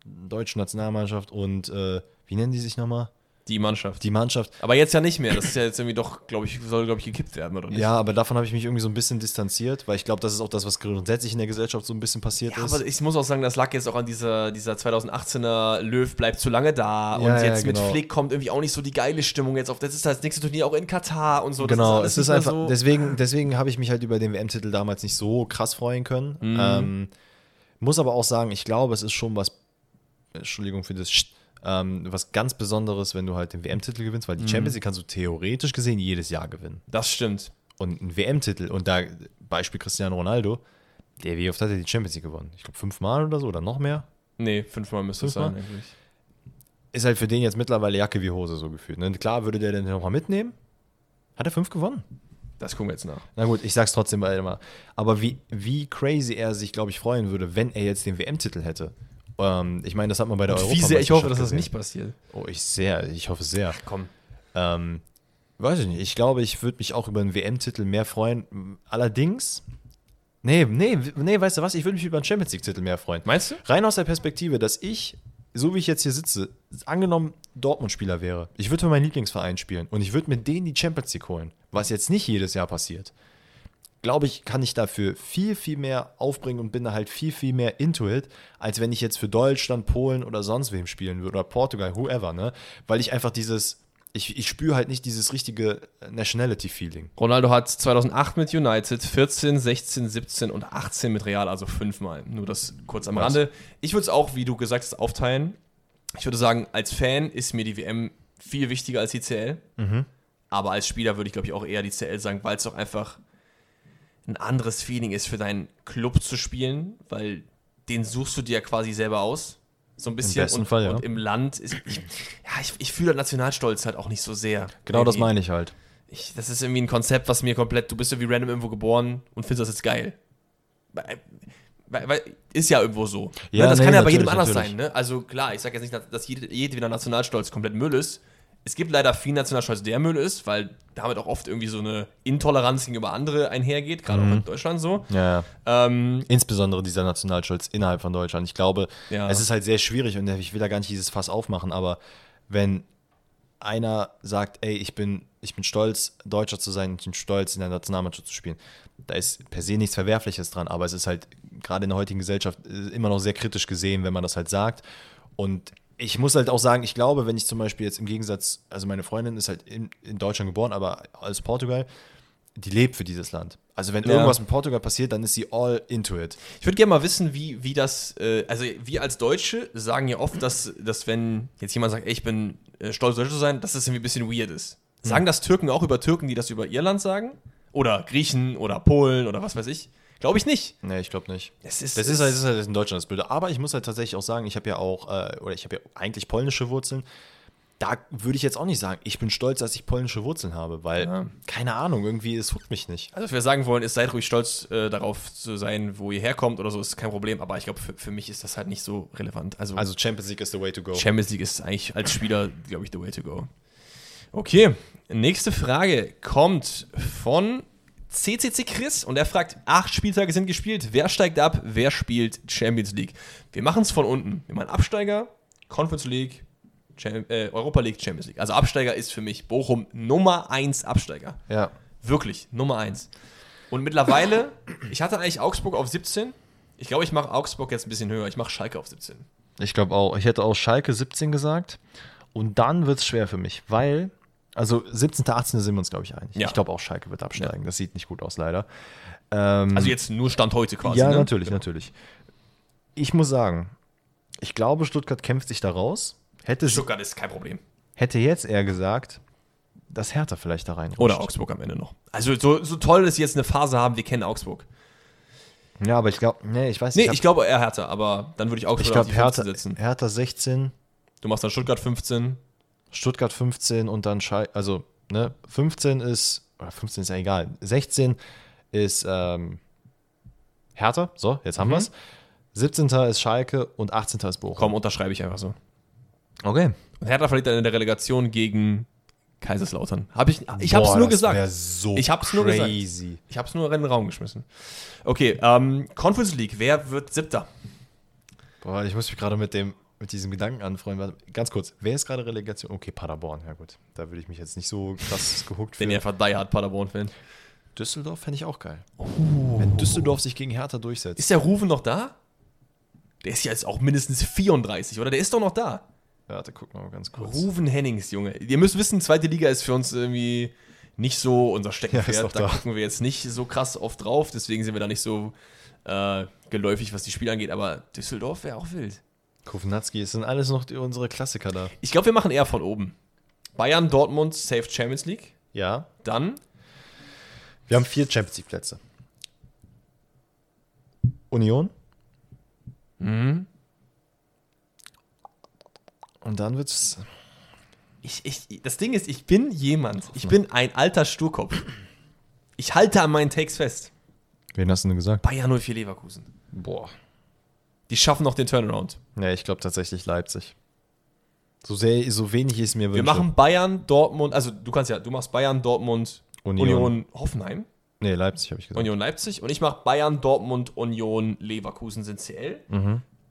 Speaker 2: deutschen Nationalmannschaft und, äh, wie nennen die sich nochmal?
Speaker 1: die Mannschaft.
Speaker 2: Die Mannschaft.
Speaker 1: Aber jetzt ja nicht mehr. Das ist ja jetzt irgendwie doch, glaube ich, soll, glaube ich, gekippt werden, oder nicht?
Speaker 2: Ja, aber davon habe ich mich irgendwie so ein bisschen distanziert, weil ich glaube, das ist auch das, was grundsätzlich in der Gesellschaft so ein bisschen passiert
Speaker 1: Ja,
Speaker 2: ist.
Speaker 1: aber ich muss auch sagen, das lag jetzt auch an dieser, dieser 2018er Löw bleibt zu lange da
Speaker 2: Ja,
Speaker 1: und
Speaker 2: ja,
Speaker 1: jetzt
Speaker 2: genau.
Speaker 1: mit Flick kommt irgendwie auch nicht so die geile Stimmung jetzt auf. Das ist das nächste Turnier auch in Katar und so. Das
Speaker 2: Genau,
Speaker 1: alles
Speaker 2: es ist
Speaker 1: nicht mehr
Speaker 2: einfach,
Speaker 1: so-
Speaker 2: deswegen, deswegen habe ich mich halt über den WM-Titel damals nicht so krass freuen können.
Speaker 1: Mhm.
Speaker 2: Ähm, muss aber auch sagen, ich glaube, es ist schon was, Entschuldigung für das, Scht, ähm, was ganz Besonderes, wenn du halt den WM-Titel gewinnst,
Speaker 1: Mhm.
Speaker 2: weil die Champions League kannst du theoretisch gesehen jedes Jahr gewinnen.
Speaker 1: das stimmt.
Speaker 2: Und ein WM-Titel, und da Beispiel Cristiano Ronaldo, der wie oft hat er die Champions League gewonnen? Ich glaube fünfmal oder so oder noch mehr.
Speaker 1: Nee, fünfmal müsste es
Speaker 2: Fünfmal?
Speaker 1: sein eigentlich.
Speaker 2: Ist halt für den jetzt mittlerweile Jacke wie Hose so gefühlt. Ne? Klar würde der den nochmal mitnehmen. Hat er fünf gewonnen?
Speaker 1: Das gucken wir jetzt nach.
Speaker 2: Na gut, ich sag's trotzdem bei immer. Aber wie, wie crazy er sich, glaube ich, freuen würde, wenn er jetzt den WM-Titel hätte. Ähm, ich meine, das hat man bei der
Speaker 1: Wie sehr ich hoffe, dass das nicht
Speaker 2: Europameisterschaft
Speaker 1: passiert.
Speaker 2: gesehen. Oh, ich sehr, ich hoffe sehr.
Speaker 1: Komm.
Speaker 2: Ähm, weiß ich nicht. Ich glaube, ich würde mich auch über einen WM-Titel mehr freuen. Allerdings. Nee, nee, nee, weißt du was? Ich würde mich über einen Champions League-Titel mehr freuen.
Speaker 1: Meinst du?
Speaker 2: Rein aus der Perspektive, dass ich, so wie ich jetzt hier sitze, angenommen Dortmund-Spieler wäre, ich würde für meinen Lieblingsverein spielen und ich würde mit denen die Champions League holen, was jetzt nicht jedes Jahr passiert. Glaube ich, kann ich dafür viel, viel mehr aufbringen und bin da halt viel, viel mehr into it, als wenn ich jetzt für Deutschland, Polen oder sonst wem spielen würde oder Portugal, whoever, ne? Weil ich einfach dieses, ich, ich spüre halt nicht dieses richtige Nationality-Feeling.
Speaker 1: Ronaldo hat 2008 mit United, 14, 16, 17 und 18 mit Real, also fünfmal. Nur das kurz am
Speaker 2: Krass.
Speaker 1: Rande. Ich würde es auch, wie du gesagt hast, aufteilen. Ich würde sagen, als Fan ist mir die WM viel wichtiger als die CL.
Speaker 2: Mhm.
Speaker 1: Aber als Spieler würde ich, glaube ich, auch eher die CL sagen, weil es doch einfach ein anderes Feeling ist, für deinen Club zu spielen, weil den suchst du dir ja quasi selber aus. So ein bisschen.
Speaker 2: besten
Speaker 1: und,
Speaker 2: Fall, ja.
Speaker 1: und im Land ist. Ich, ja, ich, ich fühle Nationalstolz halt auch nicht so sehr.
Speaker 2: Genau das
Speaker 1: Irgendwie
Speaker 2: meine ich halt.
Speaker 1: ich, das ist irgendwie ein Konzept, was mir komplett, du bist irgendwie random irgendwo geboren und findest das jetzt geil. Weil- weil- weil- Ist ja irgendwo so.
Speaker 2: Ja,
Speaker 1: ne, das
Speaker 2: nee,
Speaker 1: kann ja bei
Speaker 2: natürlich,
Speaker 1: jedem anders
Speaker 2: natürlich.
Speaker 1: sein. Ne? Also klar, ich sage jetzt nicht, dass- dass jede- jeder Nationalstolz komplett Müll ist. Es gibt leider viel Nationalstolz, der Müll ist, weil damit auch oft irgendwie so eine Intoleranz gegenüber andere einhergeht, gerade
Speaker 2: Mhm.
Speaker 1: auch in Deutschland so.
Speaker 2: Ja.
Speaker 1: Ähm,
Speaker 2: Insbesondere dieser Nationalstolz innerhalb von Deutschland. Ich glaube,
Speaker 1: Ja.
Speaker 2: es ist halt sehr schwierig und ich will da gar nicht dieses Fass aufmachen, aber wenn einer sagt, ey, ich bin, ich bin stolz, Deutscher zu sein, ich bin stolz, in der Nationalmannschaft zu spielen, da ist per se nichts Verwerfliches dran, aber es ist halt gerade in der heutigen Gesellschaft äh, immer noch sehr kritisch gesehen, wenn man das halt sagt. Und ich muss halt auch sagen, ich glaube, wenn ich zum Beispiel jetzt im Gegensatz, also meine Freundin ist halt in, in Deutschland geboren, aber aus Portugal, die lebt für dieses Land. Also wenn
Speaker 1: Ja.
Speaker 2: irgendwas in Portugal passiert, dann ist sie all into it.
Speaker 1: Ich würde gerne mal wissen, wie, wie das, äh, also wir als Deutsche sagen ja oft, dass, dass wenn jetzt jemand sagt, ey, ich bin äh, stolz, Deutscher zu sein, dass das irgendwie ein bisschen weird ist. Sagen das Türken auch über Türken, die das über Irland sagen? Oder Griechen oder Polen oder was weiß ich? Glaube ich nicht.
Speaker 2: Nee, ich glaube nicht.
Speaker 1: Es ist-
Speaker 2: das, ist, halt- das ist halt in Deutschland das Blöde. Aber ich muss halt tatsächlich auch sagen, ich habe ja auch, äh, oder ich habe ja eigentlich polnische Wurzeln. Da würde ich jetzt auch nicht sagen, ich bin stolz, dass ich polnische Wurzeln habe, weil,
Speaker 1: Ja.
Speaker 2: keine Ahnung, irgendwie, es huckt mich nicht.
Speaker 1: Also, was wir sagen wollen, ist, seid ruhig stolz äh, darauf zu sein, wo ihr herkommt oder so, ist kein Problem. Aber ich glaube, für, für mich ist das halt nicht so relevant. Also,
Speaker 2: Also Champions League is the way to go.
Speaker 1: Champions League ist eigentlich als Spieler, glaube ich, the way to go. Okay, nächste Frage kommt von CCC Chris und er fragt: Acht Spieltage sind gespielt, wer steigt ab, wer spielt Champions League? Wir machen es von unten. Wir machen Absteiger, Conference League, Cham äh, Europa League, Champions League. Also Absteiger ist für mich Bochum Nummer 1 Absteiger.
Speaker 2: ja.
Speaker 1: Wirklich, Nummer 1. Und mittlerweile, ich hatte eigentlich Augsburg auf 17. Ich glaube, ich mache Augsburg jetzt ein bisschen höher. Ich mache Schalke auf 17.
Speaker 2: Ich glaube auch. Ich hätte auch Schalke 17 gesagt. Und dann wird es schwer für mich, weil, also 17. 18. sind wir uns, glaube ich, einig.
Speaker 1: Ja.
Speaker 2: Ich glaube auch Schalke wird absteigen. Das sieht nicht gut aus, leider. Ähm,
Speaker 1: Also jetzt nur Stand heute quasi.
Speaker 2: ja,
Speaker 1: ne?
Speaker 2: natürlich, natürlich. Ich muss sagen, ich glaube, Stuttgart kämpft sich da raus. Hätte, sie,
Speaker 1: Stuttgart ist kein Problem.
Speaker 2: hätte jetzt eher gesagt, dass Hertha vielleicht da rein
Speaker 1: Oder Augsburg am Ende noch. Also so, so toll, dass sie jetzt eine Phase haben, wir kennen Augsburg.
Speaker 2: Ja, aber ich glaube, nee, ich weiß
Speaker 1: Nee,
Speaker 2: nicht.
Speaker 1: ich glaube eher Hertha, aber dann würde ich auch
Speaker 2: ich
Speaker 1: Stuttgart
Speaker 2: glaube,
Speaker 1: auf die 15
Speaker 2: Hertha,
Speaker 1: setzen.
Speaker 2: Hertha 16,
Speaker 1: Du machst dann Stuttgart 15.
Speaker 2: Stuttgart 15 und dann Schei also ne, 15 ist, oder 15 ist ja egal, 16 ist ähm, Hertha, so, jetzt haben wir's. 17. ist Schalke und 18. ist Bochum.
Speaker 1: Mhm. Komm, unterschreibe ich einfach so.
Speaker 2: Okay.
Speaker 1: Und Hertha verliert dann in der Relegation gegen Kaiserslautern. Hab ich ich habe es nur gesagt.
Speaker 2: So
Speaker 1: Ich hab's nur gesagt.
Speaker 2: crazy.
Speaker 1: Ich habe es nur in den Raum geschmissen. Okay, ähm, Conference League. Wer wird Siebter?
Speaker 2: Boah, ich muss mich gerade mit dem mit diesem Gedanken anfreuen. Warte, ganz kurz, wer ist gerade Relegation? Okay, Paderborn, ja gut. Da würde ich mich jetzt nicht so krass gehuckt
Speaker 1: Bin
Speaker 2: fühlen.
Speaker 1: ja einfach Die Hard Paderborn-Fan.
Speaker 2: Düsseldorf fände ich auch geil. Wenn Düsseldorf sich gegen Hertha durchsetzt.
Speaker 1: Ist der Rufen noch da? Der ist ja jetzt auch mindestens 34, oder? Der ist doch noch da.
Speaker 2: Warte, guck mal ganz kurz.
Speaker 1: Rufen Hennings, Junge. Ihr müsst wissen, zweite Liga ist für uns irgendwie nicht so unser Steckenpferd.
Speaker 2: Ja, ist doch
Speaker 1: da,
Speaker 2: da.
Speaker 1: gucken wir jetzt nicht so krass oft drauf, deswegen sind wir da nicht so äh, geläufig, was die Spiele angeht. Aber Düsseldorf wäre auch wild.
Speaker 2: Kovnatski, es sind alles noch die, unsere Klassiker da.
Speaker 1: Ich glaube, wir machen eher von oben. Bayern, Dortmund, Safe Champions League.
Speaker 2: Ja.
Speaker 1: Dann
Speaker 2: Wir haben vier Champions League Plätze. Union. Mhm. Und dann wird's.
Speaker 1: Ich, ich, das Ding ist, ich bin jemand. Ich bin ein alter Sturkopf. Ich halte an meinen Takes fest.
Speaker 2: Wen hast du denn gesagt?
Speaker 1: Bayern 04 Leverkusen.
Speaker 2: Boah.
Speaker 1: Die schaffen noch den Turnaround.
Speaker 2: Ja, ich glaube tatsächlich Leipzig. So sehr, so wenig ich es mir wünsche.
Speaker 1: Wir machen Bayern, Dortmund, also du kannst ja, du machst Bayern, Dortmund,
Speaker 2: Union.
Speaker 1: Union, Hoffenheim,
Speaker 2: Nee, Leipzig habe ich gesagt.
Speaker 1: Union Leipzig und ich mache Bayern, Dortmund, Union, Leverkusen sind CL.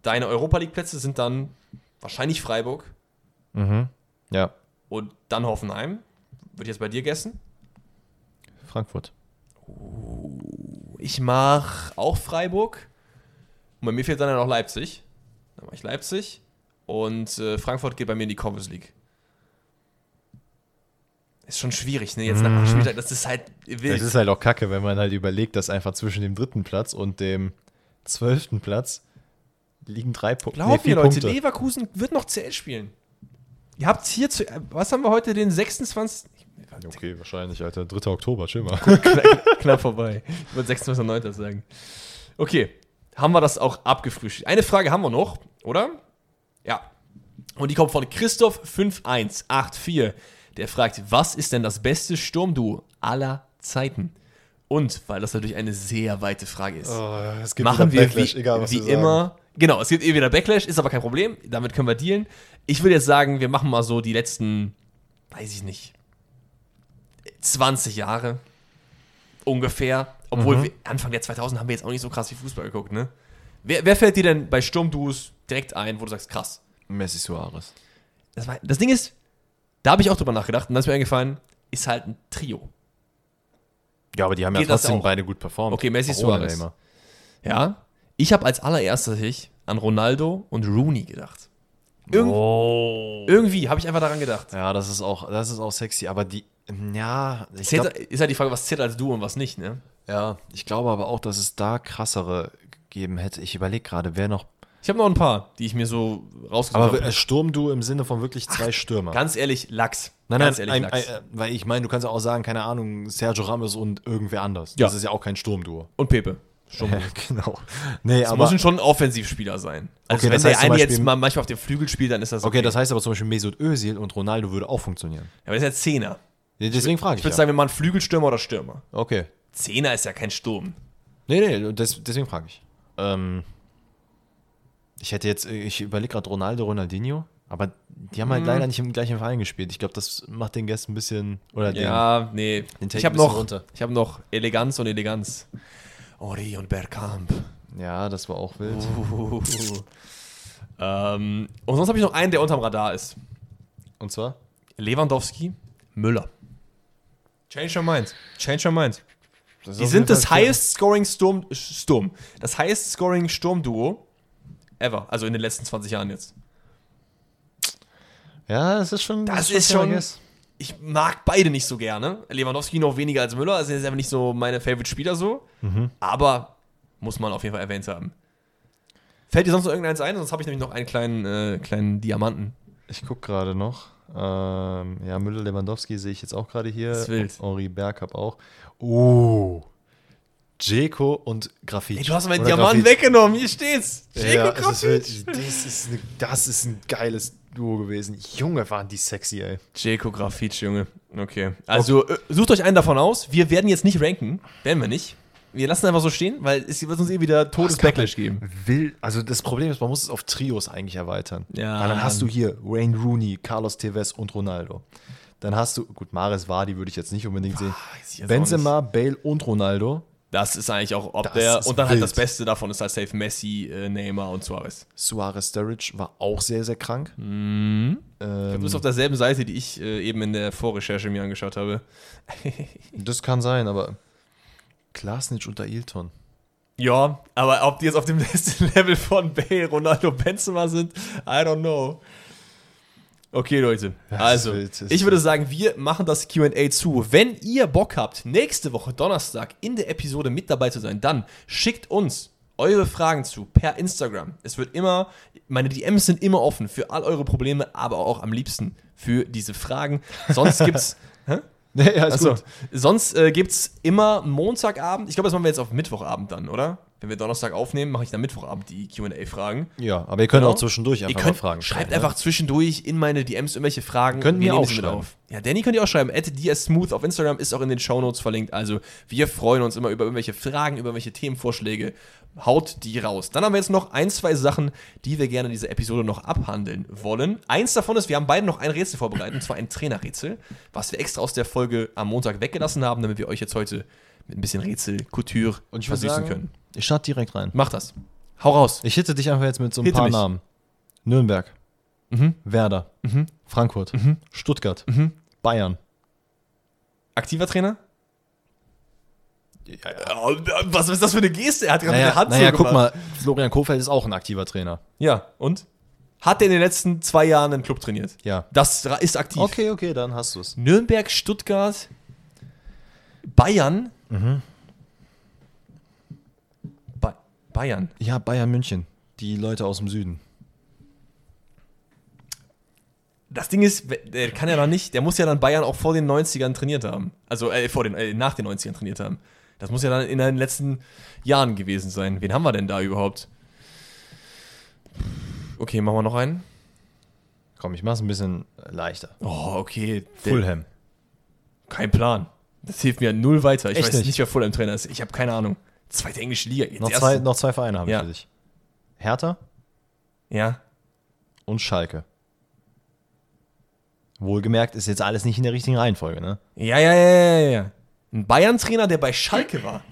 Speaker 1: Deine Europa League Plätze sind dann wahrscheinlich Freiburg
Speaker 2: Ja.
Speaker 1: und dann Hoffenheim. Wird jetzt bei dir gessen?
Speaker 2: Frankfurt.
Speaker 1: Ich mache auch Freiburg. Und bei mir fehlt dann ja noch Leipzig. Dann mache ich Leipzig. Und äh, Frankfurt geht bei mir in die Conference League. Ist schon schwierig, ne? Jetzt nach dem Spieltag, das ist halt wild.
Speaker 2: Es ist halt auch kacke, wenn man halt überlegt, dass einfach zwischen dem dritten Platz und dem zwölften Platz liegen drei Pu-
Speaker 1: Glaub
Speaker 2: nee,
Speaker 1: mir,
Speaker 2: vier
Speaker 1: Leute,
Speaker 2: Punkte.
Speaker 1: Leverkusen wird noch CL spielen. Ihr habt hier zu. äh, Was haben wir heute, den 26.
Speaker 2: Okay, wahrscheinlich, Alter. 3. Oktober, chill mal.
Speaker 1: Knapp vorbei. Ich würde 26.09. sagen. Okay, haben wir das auch abgefrühstückt. Eine Frage haben wir noch, oder? Ja. Und die kommt von Christoph5184. Der fragt, was ist denn das beste Sturmduo aller Zeiten? Und, weil das natürlich eine sehr weite Frage ist,
Speaker 2: es gibt
Speaker 1: machen
Speaker 2: wieder
Speaker 1: wir
Speaker 2: Backlash,
Speaker 1: wie,
Speaker 2: egal, was
Speaker 1: wie
Speaker 2: wir Sagen.
Speaker 1: immer. Genau, es gibt eh wieder Backlash, ist aber kein Problem. Damit können wir dealen. Ich würde jetzt sagen, wir machen mal so die letzten, weiß ich nicht, 20 Jahre ungefähr. Obwohl
Speaker 2: Mhm.
Speaker 1: wir, Anfang der 2000 haben wir jetzt auch nicht so krass wie Fußball geguckt, ne? Wer, wer fällt dir denn bei Sturmduos direkt ein, wo du sagst, krass?
Speaker 2: Messi Suarez.
Speaker 1: Das, war, das Ding ist, da habe ich auch drüber nachgedacht und dann ist mir eingefallen, ist halt ein Trio.
Speaker 2: Ja, aber die haben
Speaker 1: Geht
Speaker 2: ja
Speaker 1: das
Speaker 2: trotzdem
Speaker 1: auch?
Speaker 2: beide gut performt.
Speaker 1: Okay, Messi,
Speaker 2: Auch ohne
Speaker 1: Suarez.
Speaker 2: Neymar.
Speaker 1: Ja. Ich habe als allererstes ich an Ronaldo und Rooney gedacht. Irgend,
Speaker 2: Oh.
Speaker 1: Irgendwie habe ich einfach daran gedacht.
Speaker 2: Ja, das ist auch, das ist auch sexy, aber die, ja, ich
Speaker 1: Zählt,
Speaker 2: glaub,
Speaker 1: ist halt die Frage, was zählt als du und was nicht, ne?
Speaker 2: ja, ich glaube aber auch, dass es da krassere gegeben hätte. Ich überlege gerade, wer noch.
Speaker 1: Ich habe noch ein paar, die ich mir so rausgesucht
Speaker 2: Aber
Speaker 1: habe.
Speaker 2: äh, Sturmduo im Sinne von wirklich zwei Stürmer.
Speaker 1: Ganz ehrlich, Lachs.
Speaker 2: nein, nein,
Speaker 1: Ganz ehrlich,
Speaker 2: ein, ein,
Speaker 1: Lachs.
Speaker 2: äh, weil ich meine, du kannst ja auch sagen, keine Ahnung, Sergio Ramos und irgendwer anders.
Speaker 1: Ja.
Speaker 2: Das ist ja auch kein Sturmduo.
Speaker 1: und Pepe. Schon.
Speaker 2: Ja, genau. Nee,
Speaker 1: Das
Speaker 2: aber.
Speaker 1: müssen schon Offensivspieler sein. Also
Speaker 2: Okay,
Speaker 1: wenn
Speaker 2: das
Speaker 1: der
Speaker 2: heißt zum
Speaker 1: eine
Speaker 2: Beispiel-
Speaker 1: jetzt mal manchmal auf dem Flügel spielt, dann ist das okay.
Speaker 2: Okay, das heißt aber zum Beispiel Mesut Özil und Ronaldo würde auch funktionieren.
Speaker 1: Aber das ist ja Zehner.
Speaker 2: Ja, Deswegen frage ich.
Speaker 1: Ich würde
Speaker 2: ja.
Speaker 1: sagen, wir machen Flügelstürmer oder Stürmer.
Speaker 2: Okay.
Speaker 1: Zehner ist ja kein Sturm.
Speaker 2: Nee, nee, des, deswegen frage ich. Ähm, ich hätte jetzt, ich überlege gerade Ronaldo, Ronaldinho, aber die haben halt leider nicht im gleichen Verein gespielt. Ich glaube, das macht den Gästen ein bisschen, oder
Speaker 1: Ja, nee.
Speaker 2: Den Take
Speaker 1: Ich habe
Speaker 2: ein bisschen
Speaker 1: noch,
Speaker 2: runter.
Speaker 1: ich hab noch Eleganz und Eleganz. Ori und Bergkamp.
Speaker 2: den, ja, das war auch wild.
Speaker 1: ähm, und sonst habe ich noch einen, der unterm Radar ist.
Speaker 2: Und zwar?
Speaker 1: Lewandowski, Müller. Change your mind. Change your mind.
Speaker 2: Das ist
Speaker 1: Die
Speaker 2: auf
Speaker 1: sind
Speaker 2: jeden
Speaker 1: das
Speaker 2: Fall cool.
Speaker 1: highest scoring Sturm, Sturm. Das highest scoring Sturmduo ever. Also in den letzten 20 Jahren jetzt.
Speaker 2: Ja, das ist schon.
Speaker 1: Das
Speaker 2: ein
Speaker 1: ist schon-
Speaker 2: Guess.
Speaker 1: Ich mag beide nicht so gerne. Lewandowski noch weniger als Müller. Also er ist einfach nicht so meine Favorite Spieler so. Aber muss man auf jeden Fall erwähnt haben. Fällt dir sonst noch irgendeins ein? Sonst habe ich nämlich noch einen kleinen, äh, kleinen Diamanten.
Speaker 2: Ich gucke gerade noch. Ähm, ja, Müller, Lewandowski sehe ich jetzt auch gerade hier.
Speaker 1: Das ist wild.
Speaker 2: Henri Berg hab auch. Oh. Dzeko und Grafit.
Speaker 1: Ey, du hast meinen Diamanten weggenommen, hier steht's.
Speaker 2: Ja,
Speaker 1: Dzeko,
Speaker 2: es ist,
Speaker 1: Grafitsch.
Speaker 2: wirklich- das, ist eine, das ist ein geiles Duo gewesen. Junge, waren die sexy, ey.
Speaker 1: Jeko Grafitsch, Junge. Okay. Also äh, sucht euch einen davon aus. Wir werden jetzt nicht ranken. Werden wir nicht. Wir lassen einfach so stehen, weil es wird uns eh wieder totes
Speaker 2: Das kann
Speaker 1: Backlash
Speaker 2: man
Speaker 1: geben.
Speaker 2: Will, also das Problem ist, man muss es auf Trios eigentlich erweitern.
Speaker 1: Ja.
Speaker 2: Weil dann hast du hier Wayne Rooney, Carlos Tevez und Ronaldo. Dann hast du, gut, Mares Vardy würde ich jetzt nicht unbedingt sehen.
Speaker 1: ich jetzt
Speaker 2: Benzema, Bale und Ronaldo.
Speaker 1: Das ist eigentlich auch, ob
Speaker 2: Das
Speaker 1: der.
Speaker 2: ist
Speaker 1: Und dann halt
Speaker 2: wild.
Speaker 1: das Beste davon ist halt safe Messi, äh, Neymar und Suarez.
Speaker 2: Suarez Sturridge war auch sehr, sehr krank.
Speaker 1: Hm. Du
Speaker 2: Ähm,
Speaker 1: bist auf derselben Seite, die ich äh, eben in der Vorrecherche mir angeschaut habe.
Speaker 2: das kann sein, aber Klasnic unter Ilton.
Speaker 1: Ja, aber ob die jetzt auf dem letzten Level von Bale, Ronaldo, Benzema sind, I don't know. Okay, Leute.
Speaker 2: Ja,
Speaker 1: Also,
Speaker 2: das ist wild, das
Speaker 1: ich
Speaker 2: ist
Speaker 1: würde sagen, wir machen das QA zu. Wenn ihr Bock habt, nächste Woche Donnerstag in der Episode mit dabei zu sein, dann schickt uns eure Fragen zu per Instagram. Es wird immer, meine DMs sind immer offen für all eure Probleme, aber auch am liebsten für diese Fragen. Sonst gibt's. Hä?
Speaker 2: Nee, ja, ist
Speaker 1: Also, sonst äh, gibt es immer Montagabend. Ich glaube, das machen wir jetzt auf Mittwochabend dann, oder? Wenn wir Donnerstag aufnehmen, mache ich dann Mittwochabend die QA-Fragen.
Speaker 2: Ja, aber ihr könnt
Speaker 1: Genau.
Speaker 2: auch zwischendurch
Speaker 1: Ihr
Speaker 2: einfach
Speaker 1: könnt,
Speaker 2: mal Fragen
Speaker 1: schreibt
Speaker 2: stellen, ne?
Speaker 1: einfach zwischendurch in meine DMs irgendwelche Fragen.
Speaker 2: Könnt
Speaker 1: Wir
Speaker 2: ihr
Speaker 1: nehmen
Speaker 2: auch
Speaker 1: sie mit
Speaker 2: schreiben.
Speaker 1: Ja, Danny könnt ihr auch schreiben. At smooth auf Instagram ist auch in den Shownotes verlinkt. Also wir freuen uns immer über irgendwelche Fragen, über irgendwelche Themenvorschläge. Haut die raus. Dann haben wir jetzt noch ein, zwei Sachen, die wir gerne in dieser Episode noch abhandeln wollen. Eins davon ist, wir haben beide noch ein Rätsel vorbereitet, und zwar ein Trainerrätsel, was wir extra aus der Folge am Montag weggelassen haben, damit wir euch jetzt heute mit ein bisschen Rätsel, Couture
Speaker 2: Und ich
Speaker 1: versüßen
Speaker 2: würde sagen,
Speaker 1: können.
Speaker 2: Ich starte direkt rein.
Speaker 1: Mach das. Hau raus.
Speaker 2: Ich hitte dich einfach jetzt mit so ein
Speaker 1: Hitte
Speaker 2: paar
Speaker 1: mich.
Speaker 2: Namen. Nürnberg,
Speaker 1: Mhm.
Speaker 2: Werder, Frankfurt, Stuttgart, Bayern.
Speaker 1: Aktiver Trainer? Oh, Was ist das für eine Geste? Er hat gerade
Speaker 2: Naja,
Speaker 1: eine Hand
Speaker 2: naja
Speaker 1: so
Speaker 2: guck
Speaker 1: gemacht.
Speaker 2: mal, Florian Kofeld ist auch ein aktiver Trainer.
Speaker 1: Ja, und? Hat er in den letzten zwei Jahren einen Club trainiert?
Speaker 2: Ja.
Speaker 1: Das ra- ist aktiv.
Speaker 2: Okay, okay, dann hast du es.
Speaker 1: Nürnberg, Stuttgart, Bayern.
Speaker 2: Mhm.
Speaker 1: Ba Bayern.
Speaker 2: Ja, Bayern München. Die Leute aus dem Süden.
Speaker 1: Das Ding ist, we- der kann ja dann nicht, der muss ja dann Bayern auch vor den 90ern trainiert haben. Also äh, vor den, äh, nach den 90ern trainiert haben. Das muss ja dann in den letzten Jahren gewesen sein. Wen haben wir denn da überhaupt? Okay, machen wir noch einen.
Speaker 2: Komm, ich mach's ein bisschen leichter.
Speaker 1: Oh, okay. Der,
Speaker 2: Fulham.
Speaker 1: Kein Plan. Das hilft mir null weiter. Ich
Speaker 2: Echt
Speaker 1: weiß nicht,
Speaker 2: nicht?
Speaker 1: wer Fulham Trainer ist. Ich habe keine Ahnung. Zweite englische Liga. Jetzt
Speaker 2: Noch
Speaker 1: erst-
Speaker 2: zwei, noch zwei Vereine habe
Speaker 1: Ja.
Speaker 2: ich für dich. Hertha
Speaker 1: Ja.
Speaker 2: und Schalke. Wohlgemerkt ist jetzt alles nicht in der richtigen Reihenfolge, ne?
Speaker 1: Ja, ja, ja, ja, ja. Ein Bayern-Trainer, der bei Schalke war.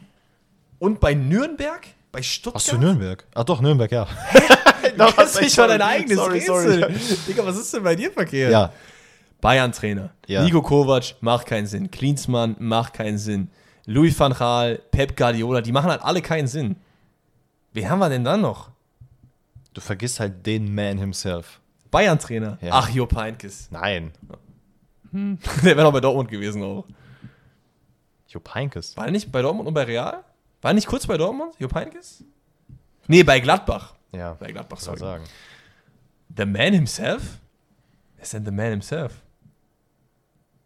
Speaker 1: Und bei Nürnberg? Bei Stuttgart?
Speaker 2: Hast du Nürnberg? Ach doch, Nürnberg, ja.
Speaker 1: Du kennst nicht mal dein eigenes
Speaker 2: sorry,
Speaker 1: Rätsel.
Speaker 2: sorry.
Speaker 1: Digga, was ist denn bei dir verkehrt?
Speaker 2: Ja,
Speaker 1: Bayern-Trainer.
Speaker 2: Ja.
Speaker 1: Nico Kovac macht keinen Sinn. Klinsmann macht keinen Sinn. Louis van Gaal, Pep Guardiola, die machen halt alle keinen Sinn. Wen haben wir denn dann noch?
Speaker 2: du vergisst halt den Man himself.
Speaker 1: Bayern-Trainer.
Speaker 2: Ja.
Speaker 1: Ach, Jupp Heynckes.
Speaker 2: Nein.
Speaker 1: Der wäre noch bei Dortmund gewesen auch.
Speaker 2: Jupp Heynckes.
Speaker 1: War er nicht bei Dortmund und bei Real? War er nicht kurz bei Dortmund, Jupp Heynckes? Nee, bei Gladbach.
Speaker 2: Ja,
Speaker 1: Bei Gladbach,
Speaker 2: soll
Speaker 1: sorry.
Speaker 2: ich sagen.
Speaker 1: The man himself? Wer ist denn the man himself?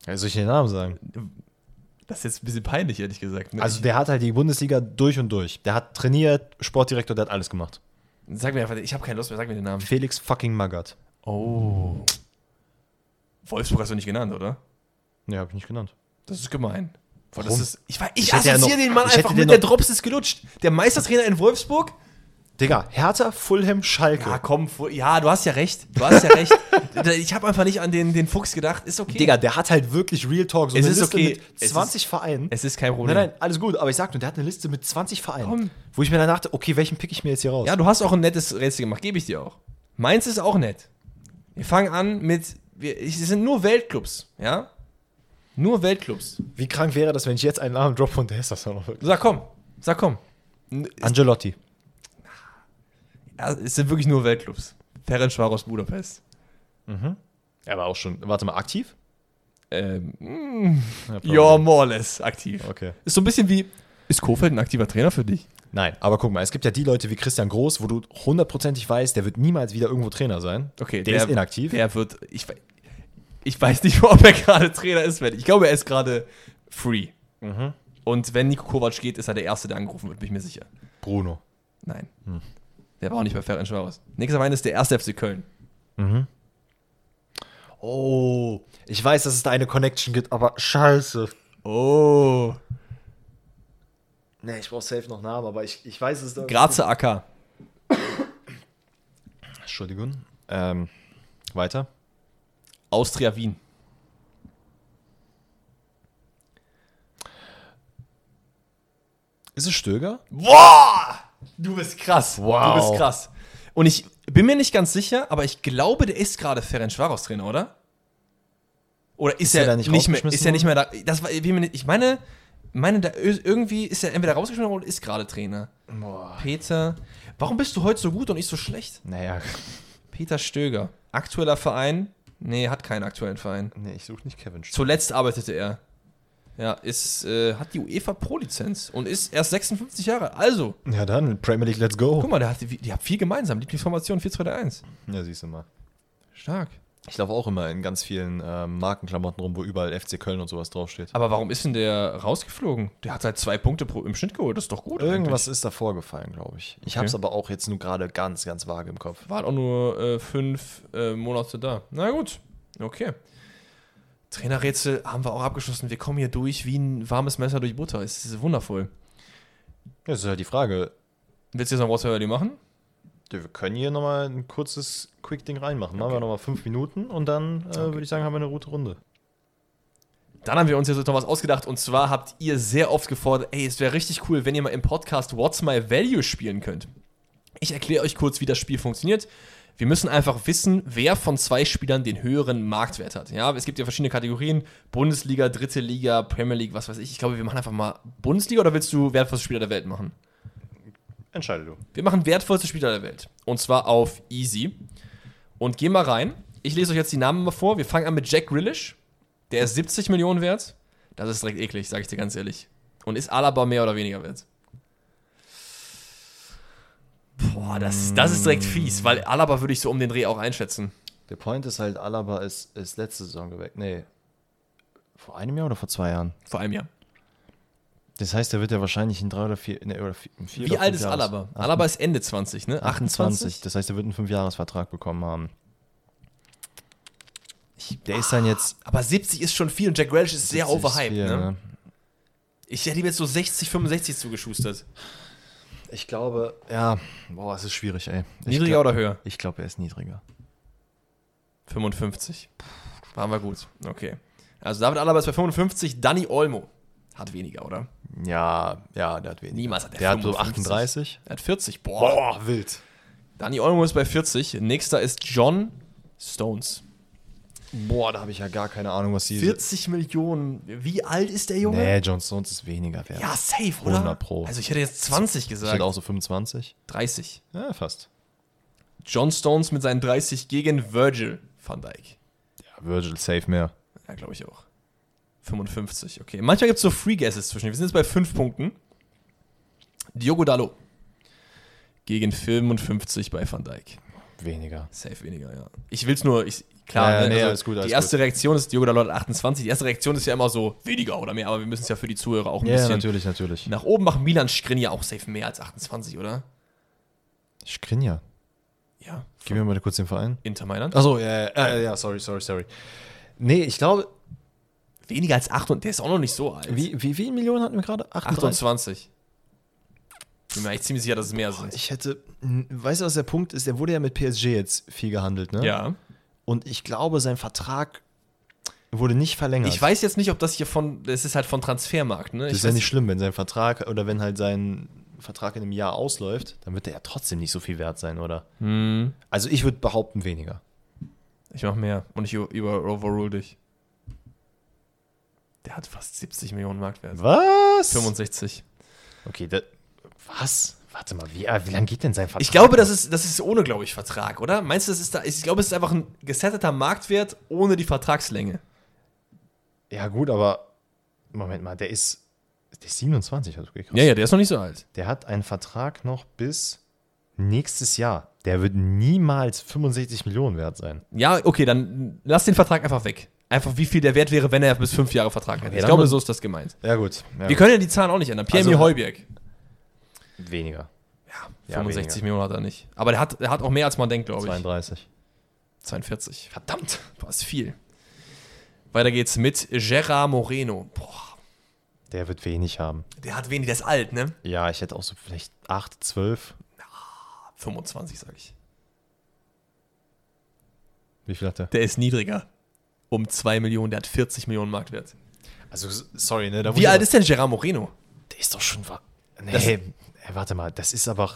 Speaker 2: Ja, soll ich den Namen sagen?
Speaker 1: Das ist jetzt ein bisschen peinlich, ehrlich gesagt. ne?
Speaker 2: Also der hat halt die Bundesliga durch und durch. Der hat trainiert, Sportdirektor, der hat alles gemacht.
Speaker 1: ich, sag mir einfach, ich habe keine Lust mehr, sag mir den Namen.
Speaker 2: Felix fucking Magath.
Speaker 1: Oh. Wolfsburg hast du nicht genannt, oder?
Speaker 2: Ne, hab ich nicht genannt.
Speaker 1: Das ist gemein. Boah, Das
Speaker 2: Warum?
Speaker 1: ist, ich war- ich
Speaker 2: Ich hätte ja
Speaker 1: assoziiere
Speaker 2: noch-
Speaker 1: den Mann
Speaker 2: ich hätte
Speaker 1: einfach
Speaker 2: den
Speaker 1: mit,
Speaker 2: noch-
Speaker 1: der Drops ist gelutscht. Der Meistertrainer in Wolfsburg?
Speaker 2: Digga, Hertha, Fulham, Schalke.
Speaker 1: Ja, komm, fu- ja, du hast ja recht. Du hast ja recht. Ich habe einfach nicht an den, den Fuchs gedacht. Ist okay.
Speaker 2: Digga, der hat halt wirklich Real Talk. So
Speaker 1: Es ist okay. Es
Speaker 2: mit
Speaker 1: ist-
Speaker 2: 20 Vereinen.
Speaker 1: es ist kein Problem.
Speaker 2: nein, nein, alles gut. Aber ich sag nur, der hat eine Liste mit 20 Vereinen.
Speaker 1: Komm.
Speaker 2: Wo ich mir dann dachte, okay, welchen pick ich mir jetzt hier raus?
Speaker 1: Ja, du hast auch ein nettes Rätsel gemacht, gebe ich dir auch. Meins ist auch nett. Wir fangen an mit, wir, es sind nur Weltclubs, ja? Nur Weltclubs.
Speaker 2: Wie krank wäre das, wenn ich jetzt einen Namen droppe und der ist das dann noch wirklich?
Speaker 1: Sag komm, sag komm. N-
Speaker 2: Angelotti.
Speaker 1: Ja, es sind wirklich nur Weltclubs. Ferencvaros Budapest.
Speaker 2: Er war auch schon, warte mal, aktiv?
Speaker 1: Ähm,
Speaker 2: probably.
Speaker 1: ja, more or less aktiv.
Speaker 2: Okay.
Speaker 1: Ist so ein bisschen wie, ist Kofeld ein aktiver Trainer für dich?
Speaker 2: Nein, aber guck mal, es gibt ja die Leute wie Christian Groß, wo du hundertprozentig weißt, der wird niemals wieder irgendwo Trainer sein.
Speaker 1: Okay,
Speaker 2: der, ist inaktiv.
Speaker 1: Der wird, ich, we-
Speaker 2: Mhm.
Speaker 1: ich weiß nicht, ob er gerade Trainer ist. weil Ich glaube, er ist gerade free. Und wenn Nico Kovac geht, ist er der Erste, der angerufen wird, bin ich mir sicher.
Speaker 2: Bruno.
Speaker 1: Nein.
Speaker 2: Hm.
Speaker 1: Der war auch nicht bei Ferencvaros. Nächster ist der erste FC Köln.
Speaker 2: Oh, ich weiß, dass es da eine Connection gibt, aber scheiße.
Speaker 1: Oh.
Speaker 2: Nee, ich brauche safe noch Namen, aber ich, ich weiß es da.
Speaker 1: Grazer AK.
Speaker 2: Entschuldigung. Ähm, weiter.
Speaker 1: Austria Wien.
Speaker 2: Ist es Stöger?
Speaker 1: Boah! Du bist krass.
Speaker 2: Wow.
Speaker 1: Du bist krass. Und ich bin mir nicht ganz sicher, aber ich glaube, der ist gerade Ferencvaros Trainer, oder? Oder ist,
Speaker 2: er
Speaker 1: er,
Speaker 2: da
Speaker 1: nicht,
Speaker 2: nicht
Speaker 1: mehr?
Speaker 2: rausgeschmissen
Speaker 1: Ist er nicht mehr da? Das war, ich bin mir nicht- ich meine, meine da, ir- irgendwie ist er entweder rausgeschmissen worden oder ist gerade Trainer.
Speaker 2: Boah.
Speaker 1: Peter, warum bist du heute so gut und ich so schlecht?
Speaker 2: Naja,
Speaker 1: Peter Stöger. Aktueller Verein? Nee, hat keinen aktuellen Verein.
Speaker 2: nee, ich suche nicht Kevin Stöger.
Speaker 1: Zuletzt arbeitete er. Ja, ist, äh, hat die UEFA Pro-Lizenz und ist erst 56 Jahre alt. Also,
Speaker 2: Ja, dann, Premier League, let's go.
Speaker 1: Guck mal, der hat, die haben viel gemeinsam. Lieblingsformation 4-2-1.
Speaker 2: Ja, siehst du mal.
Speaker 1: Stark.
Speaker 2: Ich laufe auch immer in ganz vielen ähm, Markenklamotten rum, wo überall FC Köln und sowas draufsteht.
Speaker 1: Aber warum ist denn der rausgeflogen? Der hat halt zwei Punkte pro, im Schnitt geholt. Das ist doch gut.
Speaker 2: Irgendwas ist da vorgefallen, glaube ich. Ich
Speaker 1: Okay.
Speaker 2: habe es aber auch jetzt nur gerade ganz, ganz vage im Kopf.
Speaker 1: Eigentlich. War halt auch nur äh, fünf äh, Monate da. Na gut. Okay. Trainerrätsel haben wir auch abgeschlossen. Wir kommen hier durch wie ein warmes Messer durch Butter. Es ist wundervoll.
Speaker 2: Ja, das ist halt die Frage.
Speaker 1: Willst du jetzt noch Water Early machen?
Speaker 2: Wir können hier nochmal ein kurzes Quick-Ding reinmachen. Machen wir nochmal fünf Minuten und dann äh, würde ich sagen, haben wir eine gute Runde.
Speaker 1: Dann haben wir uns jetzt noch was ausgedacht und zwar habt ihr sehr oft gefordert, ey, es wäre richtig cool, wenn ihr mal im Podcast What's My Value spielen könnt. Ich erkläre euch kurz, wie das Spiel funktioniert. Wir müssen einfach wissen, wer von zwei Spielern den höheren Marktwert hat. Ja, es gibt ja verschiedene Kategorien: Bundesliga, Dritte Liga, Premier League, was weiß ich. Ich glaube, wir machen einfach mal Bundesliga oder willst du wertvollste Spieler der Welt machen?
Speaker 2: Entscheide du.
Speaker 1: Wir machen wertvollste Spieler der Welt. Und zwar auf Easy. Und geh mal rein. Ich lese euch jetzt die Namen mal vor. Wir fangen an mit Jack Grealish. Der ist 70 Millionen wert. Das ist direkt eklig, sage ich dir ganz ehrlich. Und ist Alaba mehr oder weniger wert? Boah, das, das ist direkt fies, weil Alaba würde ich so um den Dreh auch einschätzen.
Speaker 2: Der Point ist halt, Alaba ist, ist letzte Saison geweckt. Nee. Vor einem Jahr oder vor zwei Jahren?
Speaker 1: Vor allem ja.
Speaker 2: Das heißt, der wird ja wahrscheinlich in drei oder vier. Nee, oder vier, in vier
Speaker 1: Wie
Speaker 2: oder
Speaker 1: alt
Speaker 2: fünf
Speaker 1: ist
Speaker 2: Jahres-
Speaker 1: Alaba?
Speaker 2: Ach,
Speaker 1: Alaba ist Ende 20, ne?
Speaker 2: 28.
Speaker 1: 28?
Speaker 2: Das heißt, er wird einen Fünfjahresvertrag bekommen haben. der ist dann jetzt
Speaker 1: Aber 70 ist schon viel und Jack Grealish ist sehr
Speaker 2: 70
Speaker 1: overhyped,
Speaker 2: hier,
Speaker 1: ne? Ich hätte ihm jetzt so 60, 65 zugeschustert.
Speaker 2: Ich glaube, ja, boah, es ist schwierig, ey. Ich
Speaker 1: Niedriger
Speaker 2: glaub-
Speaker 1: oder höher?
Speaker 2: Ich glaube, er ist niedriger.
Speaker 1: 55. Waren wir gut. Okay. Also David Alaba ist bei 55. Danny Olmo hat weniger, oder?
Speaker 2: Ja, ja, der hat weniger.
Speaker 1: Niemals hat er
Speaker 2: Der hat so
Speaker 1: 55.
Speaker 2: 38.
Speaker 1: Er hat 40. Boah.
Speaker 2: Boah, wild.
Speaker 1: Danny Olmo ist bei 40. Nächster ist John Stones.
Speaker 2: Boah, da habe ich ja gar keine Ahnung, was die.
Speaker 1: 40 Millionen. Wie alt ist der Junge?
Speaker 2: Nee, John Stones ist weniger wert.
Speaker 1: Ja, safe, oder?
Speaker 2: 100 pro.
Speaker 1: Also ich hätte jetzt 20
Speaker 2: ist
Speaker 1: gesagt.
Speaker 2: halt auch so 25.
Speaker 1: 30.
Speaker 2: Ja, fast.
Speaker 1: John Stones mit seinen 30 gegen Virgil van Dijk.
Speaker 2: Ja, Virgil safe mehr.
Speaker 1: Ja, glaube ich auch. 55, okay. Manchmal gibt es so Free Guesses zwischen. Wir sind jetzt bei 5 Punkten. Diogo Dallo. Gegen 55 bei Van Dijk.
Speaker 2: Weniger.
Speaker 1: Safe weniger, ja. Ich will's nur, ich, klar,
Speaker 2: Ja, ja,
Speaker 1: ne,
Speaker 2: nee,
Speaker 1: also
Speaker 2: alles gut, alles
Speaker 1: die erste Reaktion ist, Diogo Dallo hat 28. Die erste Reaktion ist ja immer so, weniger oder mehr, aber wir müssen es ja für die Zuhörer auch ein
Speaker 2: Ja,
Speaker 1: bisschen
Speaker 2: natürlich, natürlich.
Speaker 1: nach oben machen. Milan Skrin ja auch safe mehr als 28, oder?
Speaker 2: Skrinja.
Speaker 1: Ja.
Speaker 2: Gib mir mal kurz den Verein.
Speaker 1: Inter Mailand.
Speaker 2: Achso, ja, ja, ja, ja, sorry, sorry, sorry. Nee, ich glaube,
Speaker 1: Weniger als 8 und der ist auch noch nicht so alt.
Speaker 2: wie, wie viele Millionen hatten wir gerade? 28.
Speaker 1: 28. Bin mir eigentlich ziemlich sicher, dass es mehr sind.
Speaker 2: Ich hätte, n- weißt du, was der Punkt ist? Der wurde ja mit PSG jetzt viel gehandelt, ne?
Speaker 1: ja.
Speaker 2: Und ich glaube, sein Vertrag wurde nicht verlängert.
Speaker 1: Ich weiß jetzt nicht, ob das hier von, das ist halt von Transfermarkt, ne?
Speaker 2: also das
Speaker 1: ich
Speaker 2: ist ja
Speaker 1: weiß-
Speaker 2: nicht schlimm, wenn sein Vertrag oder wenn halt sein Vertrag in einem Jahr ausläuft, dann wird er ja trotzdem nicht so viel wert sein, oder?
Speaker 1: Hm,
Speaker 2: Also ich würde behaupten, weniger.
Speaker 1: ich mach mehr und ich über, über overrule dich. Der hat fast 70 Millionen Marktwert.
Speaker 2: Was?
Speaker 1: 65.
Speaker 2: Okay, da, was? Warte mal, wie, äh, wie lange geht denn sein Vertrag?
Speaker 1: Ich glaube, das ist, das ist ohne, glaube ich, Vertrag, oder? Meinst du, das ist da, ich glaube, es ist einfach ein gesetteter Marktwert ohne die Vertragslänge.
Speaker 2: Ja gut, aber Moment mal, der ist, der ist 27, also okay, krass.
Speaker 1: der ist noch nicht so alt.
Speaker 2: Der hat einen Vertrag noch bis nächstes Jahr. Der wird niemals 65 Millionen wert sein.
Speaker 1: Ja, okay, dann lass den Vertrag einfach weg. einfach, wie viel der wert wäre, wenn er bis fünf Jahre Vertrag hätte.
Speaker 2: Okay,
Speaker 1: ich
Speaker 2: dann
Speaker 1: glaube,
Speaker 2: mal-
Speaker 1: so ist das gemeint.
Speaker 2: Ja, gut. Ja,
Speaker 1: Wir können ja die Zahlen auch nicht ändern. Pierre-Emil
Speaker 2: Also-
Speaker 1: Heuberg.
Speaker 2: weniger.
Speaker 1: Ja,
Speaker 2: Ja,
Speaker 1: 65 Millionen hat er nicht. Aber der hat, der hat auch mehr, als man denkt, glaube ich.
Speaker 2: 32.
Speaker 1: 42. Verdammt, war es viel. Weiter geht's mit Gerard Moreno. Boah,
Speaker 2: Der wird wenig haben.
Speaker 1: der hat wenig, der ist alt, ne?
Speaker 2: Ja, ich hätte auch so vielleicht 8, 12.
Speaker 1: 25, sag ich.
Speaker 2: Wie viel hat der?
Speaker 1: Der ist niedriger. Um 2 Millionen, der hat 40 Millionen Marktwert.
Speaker 2: Also, sorry, ne? Da muss
Speaker 1: Wie
Speaker 2: ich
Speaker 1: alt
Speaker 2: aber-
Speaker 1: ist denn Gerard Moreno?
Speaker 2: Der ist doch schon. wa- Nee,
Speaker 1: Das-
Speaker 2: ey, warte mal, das ist aber.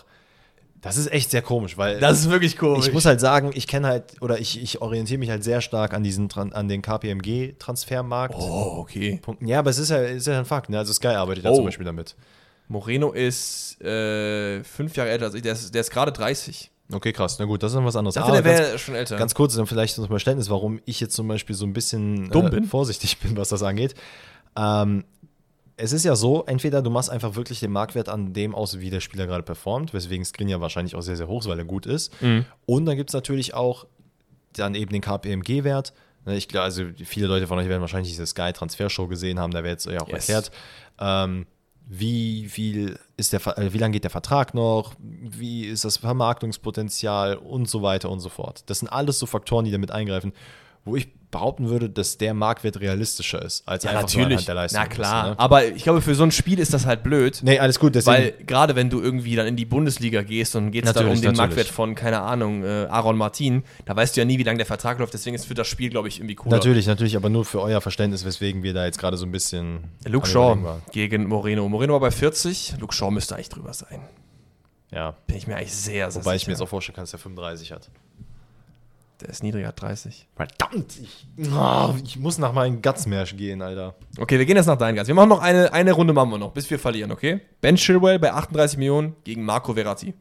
Speaker 2: Das ist echt sehr komisch, weil.
Speaker 1: Das ist wirklich komisch.
Speaker 2: ich muss halt sagen, ich kenne halt oder ich, ich orientiere mich halt sehr stark an diesen Tran- an den KPMG-Transfermarkt.
Speaker 1: oh, okay.
Speaker 2: Ja, aber es ist ja, ist ja ein Fakt, ne? Also Sky arbeitet ja
Speaker 1: Oh.
Speaker 2: zum Beispiel damit.
Speaker 1: Moreno ist äh, fünf Jahre älter als ich. Der ist, der ist gerade 30.
Speaker 2: Okay, krass. Na gut, das ist dann was anderes.
Speaker 1: Ich dachte, der
Speaker 2: aber ganz,
Speaker 1: wäre schon älter.
Speaker 2: ganz kurz, dann vielleicht zum Verständnis, warum ich jetzt zum Beispiel so ein bisschen äh,
Speaker 1: Dumm bin.
Speaker 2: vorsichtig bin, was das angeht. Ähm, es ist ja so, entweder du machst einfach wirklich den Marktwert an dem aus, wie der Spieler gerade performt, weswegen Screen ja wahrscheinlich auch sehr, sehr hoch ist, weil er gut ist.
Speaker 1: Mhm.
Speaker 2: Und dann gibt es natürlich auch dann eben den KPMG-Wert. Ne, Ich glaube, also viele Leute von euch werden wahrscheinlich diese Sky Transfershow gesehen haben, da wäre jetzt ja auch
Speaker 1: Yes.
Speaker 2: erklärt, ähm, wie viel ist der, Ver- äh, wie lange geht der Vertrag noch, wie ist das Vermarktungspotenzial und so weiter und so fort. Das sind alles so Faktoren, die damit eingreifen, wo ich behaupten würde, dass der Marktwert realistischer ist als
Speaker 1: ja,
Speaker 2: einfach nur anhand
Speaker 1: natürlich.
Speaker 2: der Leistung.
Speaker 1: Na klar.
Speaker 2: Ist, ne?
Speaker 1: Aber ich glaube, für so ein Spiel ist das halt blöd.
Speaker 2: Nee, alles gut, deswegen.
Speaker 1: Weil gerade wenn du irgendwie dann in die Bundesliga gehst und geht es dann um
Speaker 2: Natürlich,
Speaker 1: den
Speaker 2: natürlich.
Speaker 1: Marktwert von, keine Ahnung, äh, Aaron Martin, da weißt du ja nie, wie lange der Vertrag läuft, deswegen ist für das Spiel, glaube ich, irgendwie cooler.
Speaker 2: Natürlich, natürlich, aber nur für euer Verständnis, weswegen wir da jetzt gerade so ein bisschen.
Speaker 1: Luke
Speaker 2: am
Speaker 1: Shaw
Speaker 2: Überlegen waren.
Speaker 1: gegen Moreno. Moreno war bei 40, Luke Shaw müsste eigentlich drüber sein.
Speaker 2: Ja.
Speaker 1: Bin ich mir eigentlich sehr, sehr
Speaker 2: Wobei ich mir jetzt
Speaker 1: sicher.
Speaker 2: auch vorstellen kann, dass der 35 hat.
Speaker 1: Der ist niedriger, hat 30.
Speaker 2: Verdammt, ich, Ah, ich muss nach meinen Gutsmärsch gehen, Alter.
Speaker 1: Okay, wir gehen jetzt nach deinen Gast. Wir machen noch eine, eine Runde, machen wir noch, bis wir verlieren, okay? Ben Chilwell bei 38 Millionen gegen Marco Verratti.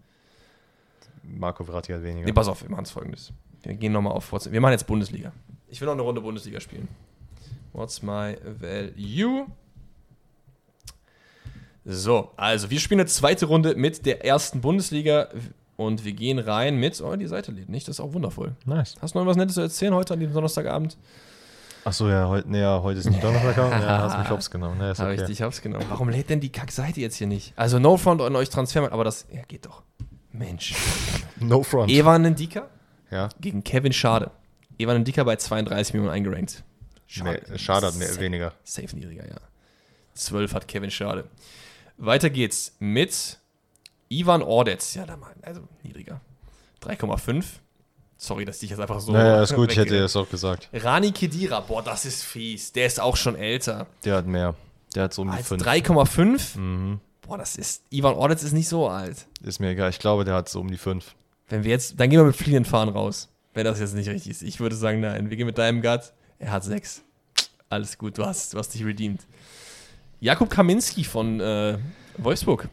Speaker 2: Marco Verratti hat weniger.
Speaker 1: Nee, pass auf, wir machen es folgendes. Wir gehen nochmal auf WhatsApp. Wir machen jetzt Bundesliga. Ich will noch eine Runde Bundesliga spielen. What's my value? So, also wir spielen eine zweite Runde mit der ersten Bundesliga und wir gehen rein mit. Oh, die Seite lädt nicht, das ist auch wundervoll.
Speaker 2: Nice.
Speaker 1: Hast du noch was Nettes zu erzählen heute an diesem Donnerstagabend?
Speaker 2: Achso, ja, heute, nee, ja, heute ist nicht Donnerstag. ja, hast mich hops genommen. Ne, ist
Speaker 1: Hab ich
Speaker 2: okay.
Speaker 1: dich hab's genommen. Warum lädt denn die Kackseite jetzt hier nicht? Also No Front an euch Transfermarkt, aber das ja, geht doch. Mensch.
Speaker 2: No front.
Speaker 1: Evan Ndika
Speaker 2: ja.
Speaker 1: gegen Kevin Schade. Evan Ndika bei 32 Millionen eingerankt.
Speaker 2: Nee, äh, schade, hat mir
Speaker 1: Safe-
Speaker 2: weniger.
Speaker 1: Safe niedriger, ja. 12 hat Kevin Schade. Weiter geht's mit Ivan Ordetz. Ja, da mal, also niedriger. 3,5. Sorry, dass ich dich jetzt einfach so.
Speaker 2: naja, ist gut, ich hätte
Speaker 1: weggehe.
Speaker 2: das auch gesagt.
Speaker 1: Rani Kedira, boah, das ist fies. Der ist auch schon älter.
Speaker 2: Der hat mehr. Der hat so um die
Speaker 1: Als
Speaker 2: 5.
Speaker 1: 3,5?
Speaker 2: Mhm.
Speaker 1: Boah, das ist. Ivan Ordetz ist nicht so alt.
Speaker 2: Ist mir egal, ich glaube, der hat so um die 5.
Speaker 1: Wenn wir jetzt. Dann gehen wir mit fliegenden Fahren raus. Wenn das jetzt nicht richtig ist. Ich würde sagen, nein. Wir gehen mit deinem Gut. Er hat 6. Alles gut, du hast, du hast dich redeemed. Jakub Kaminski von äh, Wolfsburg.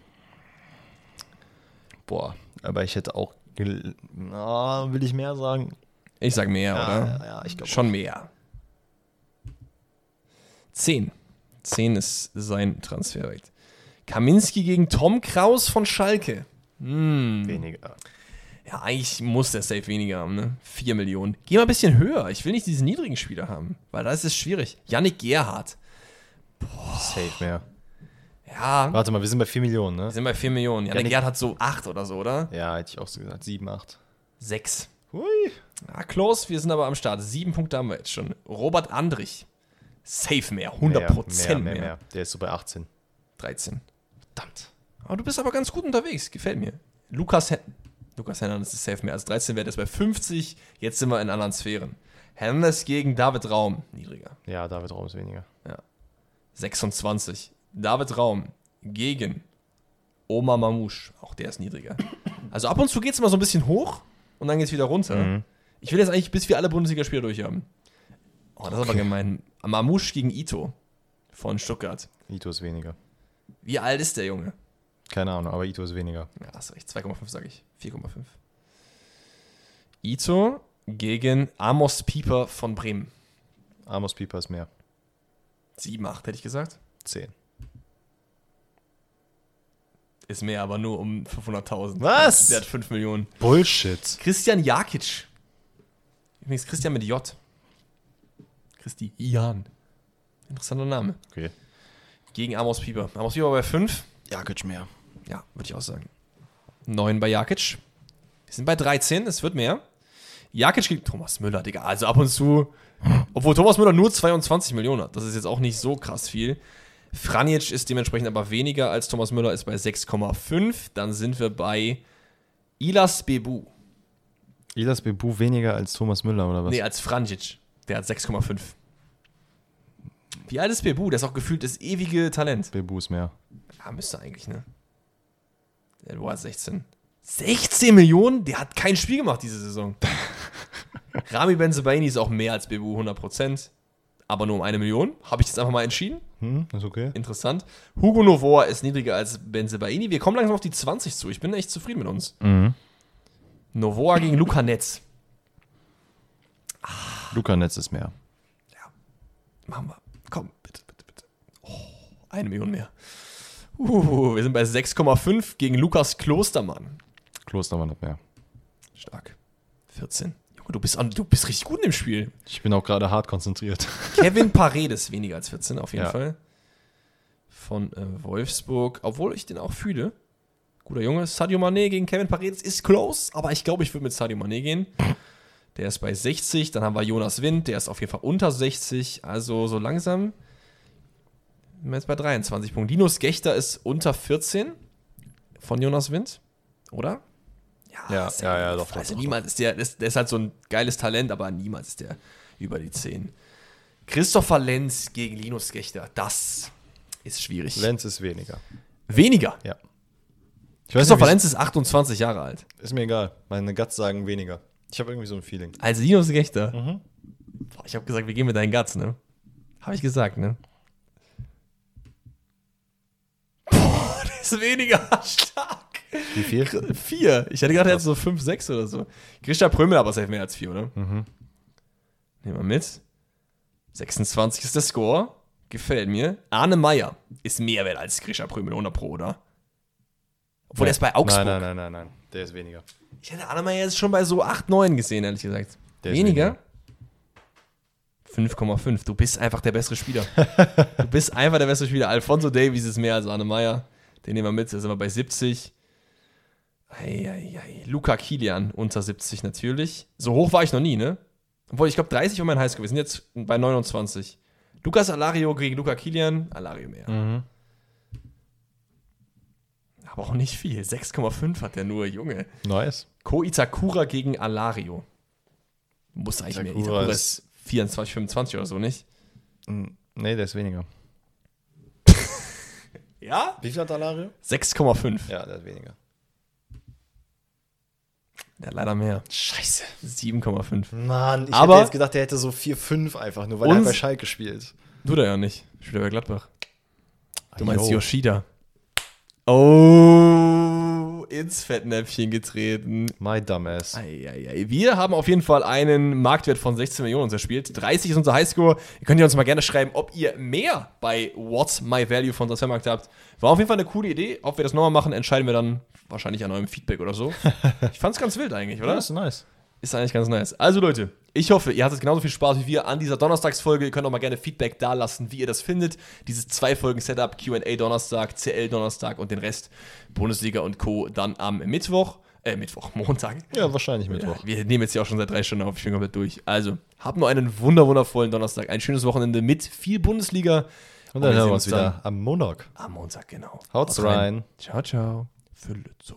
Speaker 2: Boah, aber ich hätte auch. gel- Ah, will ich mehr sagen?
Speaker 1: Ich sag mehr, oder?
Speaker 2: ja, ja, ich glaube.
Speaker 1: Schon mehr. 10. 10 ist sein Transferwert. Kaminski gegen Tom Kraus von Schalke.
Speaker 2: Weniger.
Speaker 1: Ja, eigentlich muss der Safe weniger haben, ne? 4 Millionen. Geh mal ein bisschen höher. Ich will nicht diesen niedrigen Spieler haben, weil da ist es schwierig. Yannick Gerhardt.
Speaker 2: Safe mehr.
Speaker 1: Ja, wir
Speaker 2: Warte mal, wir sind bei 4 Millionen, ne?
Speaker 1: sind bei 4 Millionen. Yannick
Speaker 2: Yannick-
Speaker 1: Gerhardt hat so 8 oder so, oder?
Speaker 2: Ja, hätte ich auch so gesagt. 7, 8.
Speaker 1: 6.
Speaker 2: Hui.
Speaker 1: Ja, Ah, close, wir sind aber am Start. 7 Punkte haben wir jetzt schon. Robert Andrich. Safe mehr, 100%
Speaker 2: mehr, mehr, mehr, mehr. Der ist so bei 18.
Speaker 1: 13.
Speaker 2: Verdammt.
Speaker 1: Aber du bist aber ganz gut unterwegs, gefällt mir. Lukas, Hen Lukas Hernandez ist safe mehr als 13, wäre das bei 50. Jetzt sind wir in anderen Sphären. Hernandez gegen David Raum, niedriger.
Speaker 2: Ja, David Raum ist weniger.
Speaker 1: 26. David Raum gegen Omar Mamouche, auch der ist niedriger. Also ab und zu geht es immer so ein bisschen hoch und dann geht es wieder runter.
Speaker 2: Mhm.
Speaker 1: Ich will jetzt eigentlich, bis wir alle Bundesligaspieler durch haben. Oh, das ist aber
Speaker 2: Okay.
Speaker 1: gemein. Mamouche gegen Ito von Stuttgart.
Speaker 2: Ito ist weniger.
Speaker 1: Wie alt ist der Junge?
Speaker 2: Keine Ahnung, aber Ito ist weniger.
Speaker 1: Ja, hast recht. 2,5 sage ich. 4,5. Ito gegen Amos Pieper von Bremen.
Speaker 2: Amos Pieper ist mehr.
Speaker 1: 7,8 hätte ich gesagt.
Speaker 2: 10.
Speaker 1: Ist mehr, aber nur um 500.000.
Speaker 2: Was?
Speaker 1: Der hat 5 Millionen.
Speaker 2: Bullshit.
Speaker 1: Christian Jakic. Übrigens Christian mit J. Christian. Interessanter Name.
Speaker 2: Okay.
Speaker 1: Gegen Amos Pieper. Amos Pieper bei 5.
Speaker 2: Jakic mehr.
Speaker 1: Ja, würde ich auch sagen. 9 bei Jakic. Wir sind bei 13, es wird mehr. Jakic gegen Thomas Müller, Digga. Also ab und zu, obwohl Thomas Müller nur 22 Millionen hat, das ist jetzt auch nicht so krass viel. Franjic ist dementsprechend aber weniger als Thomas Müller, ist bei 6,5. Dann sind wir bei Ilas Bebu.
Speaker 2: Ilas Bebu weniger als Thomas Müller, oder was?
Speaker 1: Nee, als Franjic. Der hat 6,5. Wie alt ist Bebu? Der ist auch gefühlt das ewige Talent.
Speaker 2: Bebu ist mehr.
Speaker 1: Ah, müsste eigentlich, ne? Der war 16. 16 Millionen? Der hat kein Spiel gemacht diese Saison. Rami Benzebaini ist auch mehr als Bebu, 100%. Aber nur um eine Million. Habe ich jetzt einfach mal entschieden.
Speaker 2: Hm, ist okay.
Speaker 1: Interessant. Hugo Novoa ist niedriger als Benzebaini. Wir kommen langsam auf die 20 zu. Ich bin echt zufrieden mit uns. Novoa gegen Luca Netz.
Speaker 2: Luca Netz ist mehr.
Speaker 1: Machen wir. Komm, bitte, bitte, bitte. Oh, eine Million mehr. Uh, wir sind bei 6,5 gegen Lukas Klostermann.
Speaker 2: Klostermann hat mehr.
Speaker 1: Stark. 14. Junge, du bist, an- du bist richtig gut in dem Spiel.
Speaker 2: Ich bin auch gerade hart konzentriert.
Speaker 1: Kevin Paredes weniger als 14, auf jeden
Speaker 2: Ja.
Speaker 1: Fall. Von äh, Wolfsburg, obwohl ich den auch fühle. Guter Junge. Sadio Mané gegen Kevin Paredes ist close, aber ich glaube, ich würde mit Sadio Mané gehen. Der ist bei 60. Dann haben wir Jonas Wind, der ist auf jeden Fall unter 60. Also so langsam. sind Wir jetzt bei 23 Punkten. Linus Gächter ist unter 14 von Jonas Wind, oder?
Speaker 2: Ja,
Speaker 1: safe.
Speaker 2: ja, ja, doch, doch,
Speaker 1: Also
Speaker 2: doch,
Speaker 1: niemand ist der, der ist, der ist halt so ein geiles Talent, aber niemals ist der über die 10. Christopher Lenz gegen Linus Gächter, das ist schwierig.
Speaker 2: Lenz ist weniger.
Speaker 1: Weniger.
Speaker 2: Ja. Ich weiß
Speaker 1: Christopher
Speaker 2: nicht,
Speaker 1: Lenz ist 28 Jahre alt.
Speaker 2: wie's- ist mir egal. Meine Guts sagen weniger. Ich habe irgendwie so ein Feeling.
Speaker 1: Also Linus Gächter. Boah, ich habe gesagt, wir gehen mit deinen Guts, ne? Habe ich gesagt, ne? Boah, der ist weniger stark.
Speaker 2: Wie viel?
Speaker 1: Vier. Ich hätte gedacht, er hätte so fünf, sechs oder so. Christian Prömel aber safe mehr als vier, oder?
Speaker 2: Mhm.
Speaker 1: Nehmen wir mit. 26 ist der Score. Gefällt mir. Arne Meyer ist mehr wert als Grisha Prömel 100 Pro, oder? Obwohl, er ist bei Augsburg.
Speaker 2: Nein, nein, nein, nein, nein. Der ist weniger.
Speaker 1: Ich hätte Arne Meyer jetzt schon bei so 8, 9 gesehen, ehrlich gesagt.
Speaker 2: Der ist
Speaker 1: weniger? 5,5. Du bist einfach der bessere Spieler. du bist einfach der bessere Spieler. Alfonso Davies ist mehr als Arne Meyer. Den nehmen wir mit. Da sind wir bei 70. Ei, ei, ei. Luca Kilian unter 70 natürlich. So hoch war ich noch nie, ne? Obwohl, ich glaube, 30 war mein Highscore. Wir sind jetzt bei 29. Lukas Alario gegen Luca Kilian. Alario mehr.
Speaker 2: Mhm.
Speaker 1: Aber auch nicht viel. 6,5 hat der nur, Junge.
Speaker 2: Nice.
Speaker 1: Ko Itakura gegen Alario. Muss eigentlich mehr.
Speaker 2: Itakura
Speaker 1: Itakura ist 24, 25 oder so, nicht?
Speaker 2: Hm. Nee, der ist weniger.
Speaker 1: Ja?
Speaker 2: Wie viel hat Alario?
Speaker 1: 6,5.
Speaker 2: Ja, der ist weniger.
Speaker 1: Ja, leider mehr.
Speaker 2: Scheiße.
Speaker 1: 7,5.
Speaker 2: Mann, ich
Speaker 1: Aber-
Speaker 2: hätte jetzt gedacht, der hätte so 4-5 einfach, nur weil er
Speaker 1: Uns-
Speaker 2: bei Schalke spielt.
Speaker 1: Tut er ja nicht. Spielt er bei Gladbach. Du meinst
Speaker 2: Jo.
Speaker 1: Yoshida. Oh, ins Fettnäpfchen getreten.
Speaker 2: My dumbass.
Speaker 1: Eieiei. Wir haben auf jeden Fall einen Marktwert von 16 Millionen uns erspielt. 30 ist unser Highscore. Ihr könnt ja uns mal gerne schreiben, ob ihr mehr bei What's My Value von Transfermarkt habt. War auf jeden Fall eine coole Idee. Ob wir das nochmal machen, entscheiden wir dann wahrscheinlich an eurem Feedback oder so. ich fand's ganz wild eigentlich, oder?
Speaker 2: nice.
Speaker 1: Ist eigentlich ganz nice. Also Leute, ich hoffe, ihr hattet genauso viel Spaß wie wir an dieser Donnerstagsfolge. Ihr könnt auch mal gerne Feedback da lassen, wie ihr das findet. Dieses zwei Folgen Setup, Q&A Donnerstag, CL Donnerstag und den Rest Bundesliga und Co. dann am Mittwoch. Äh, Mittwoch, Montag.
Speaker 2: Ja, wahrscheinlich Mittwoch.
Speaker 1: Ja, wir nehmen jetzt hier auch schon seit drei Stunden auf. Ich bin komplett durch. Also, habt nur einen wunder wundervollen Donnerstag. Ein schönes Wochenende mit viel Bundesliga.
Speaker 2: Und dann
Speaker 1: sehen
Speaker 2: hören wir uns
Speaker 1: dann
Speaker 2: wieder am Montag.
Speaker 1: am Montag, genau.
Speaker 2: Haut's rein.
Speaker 1: Ciao, ciao. Für Lützow.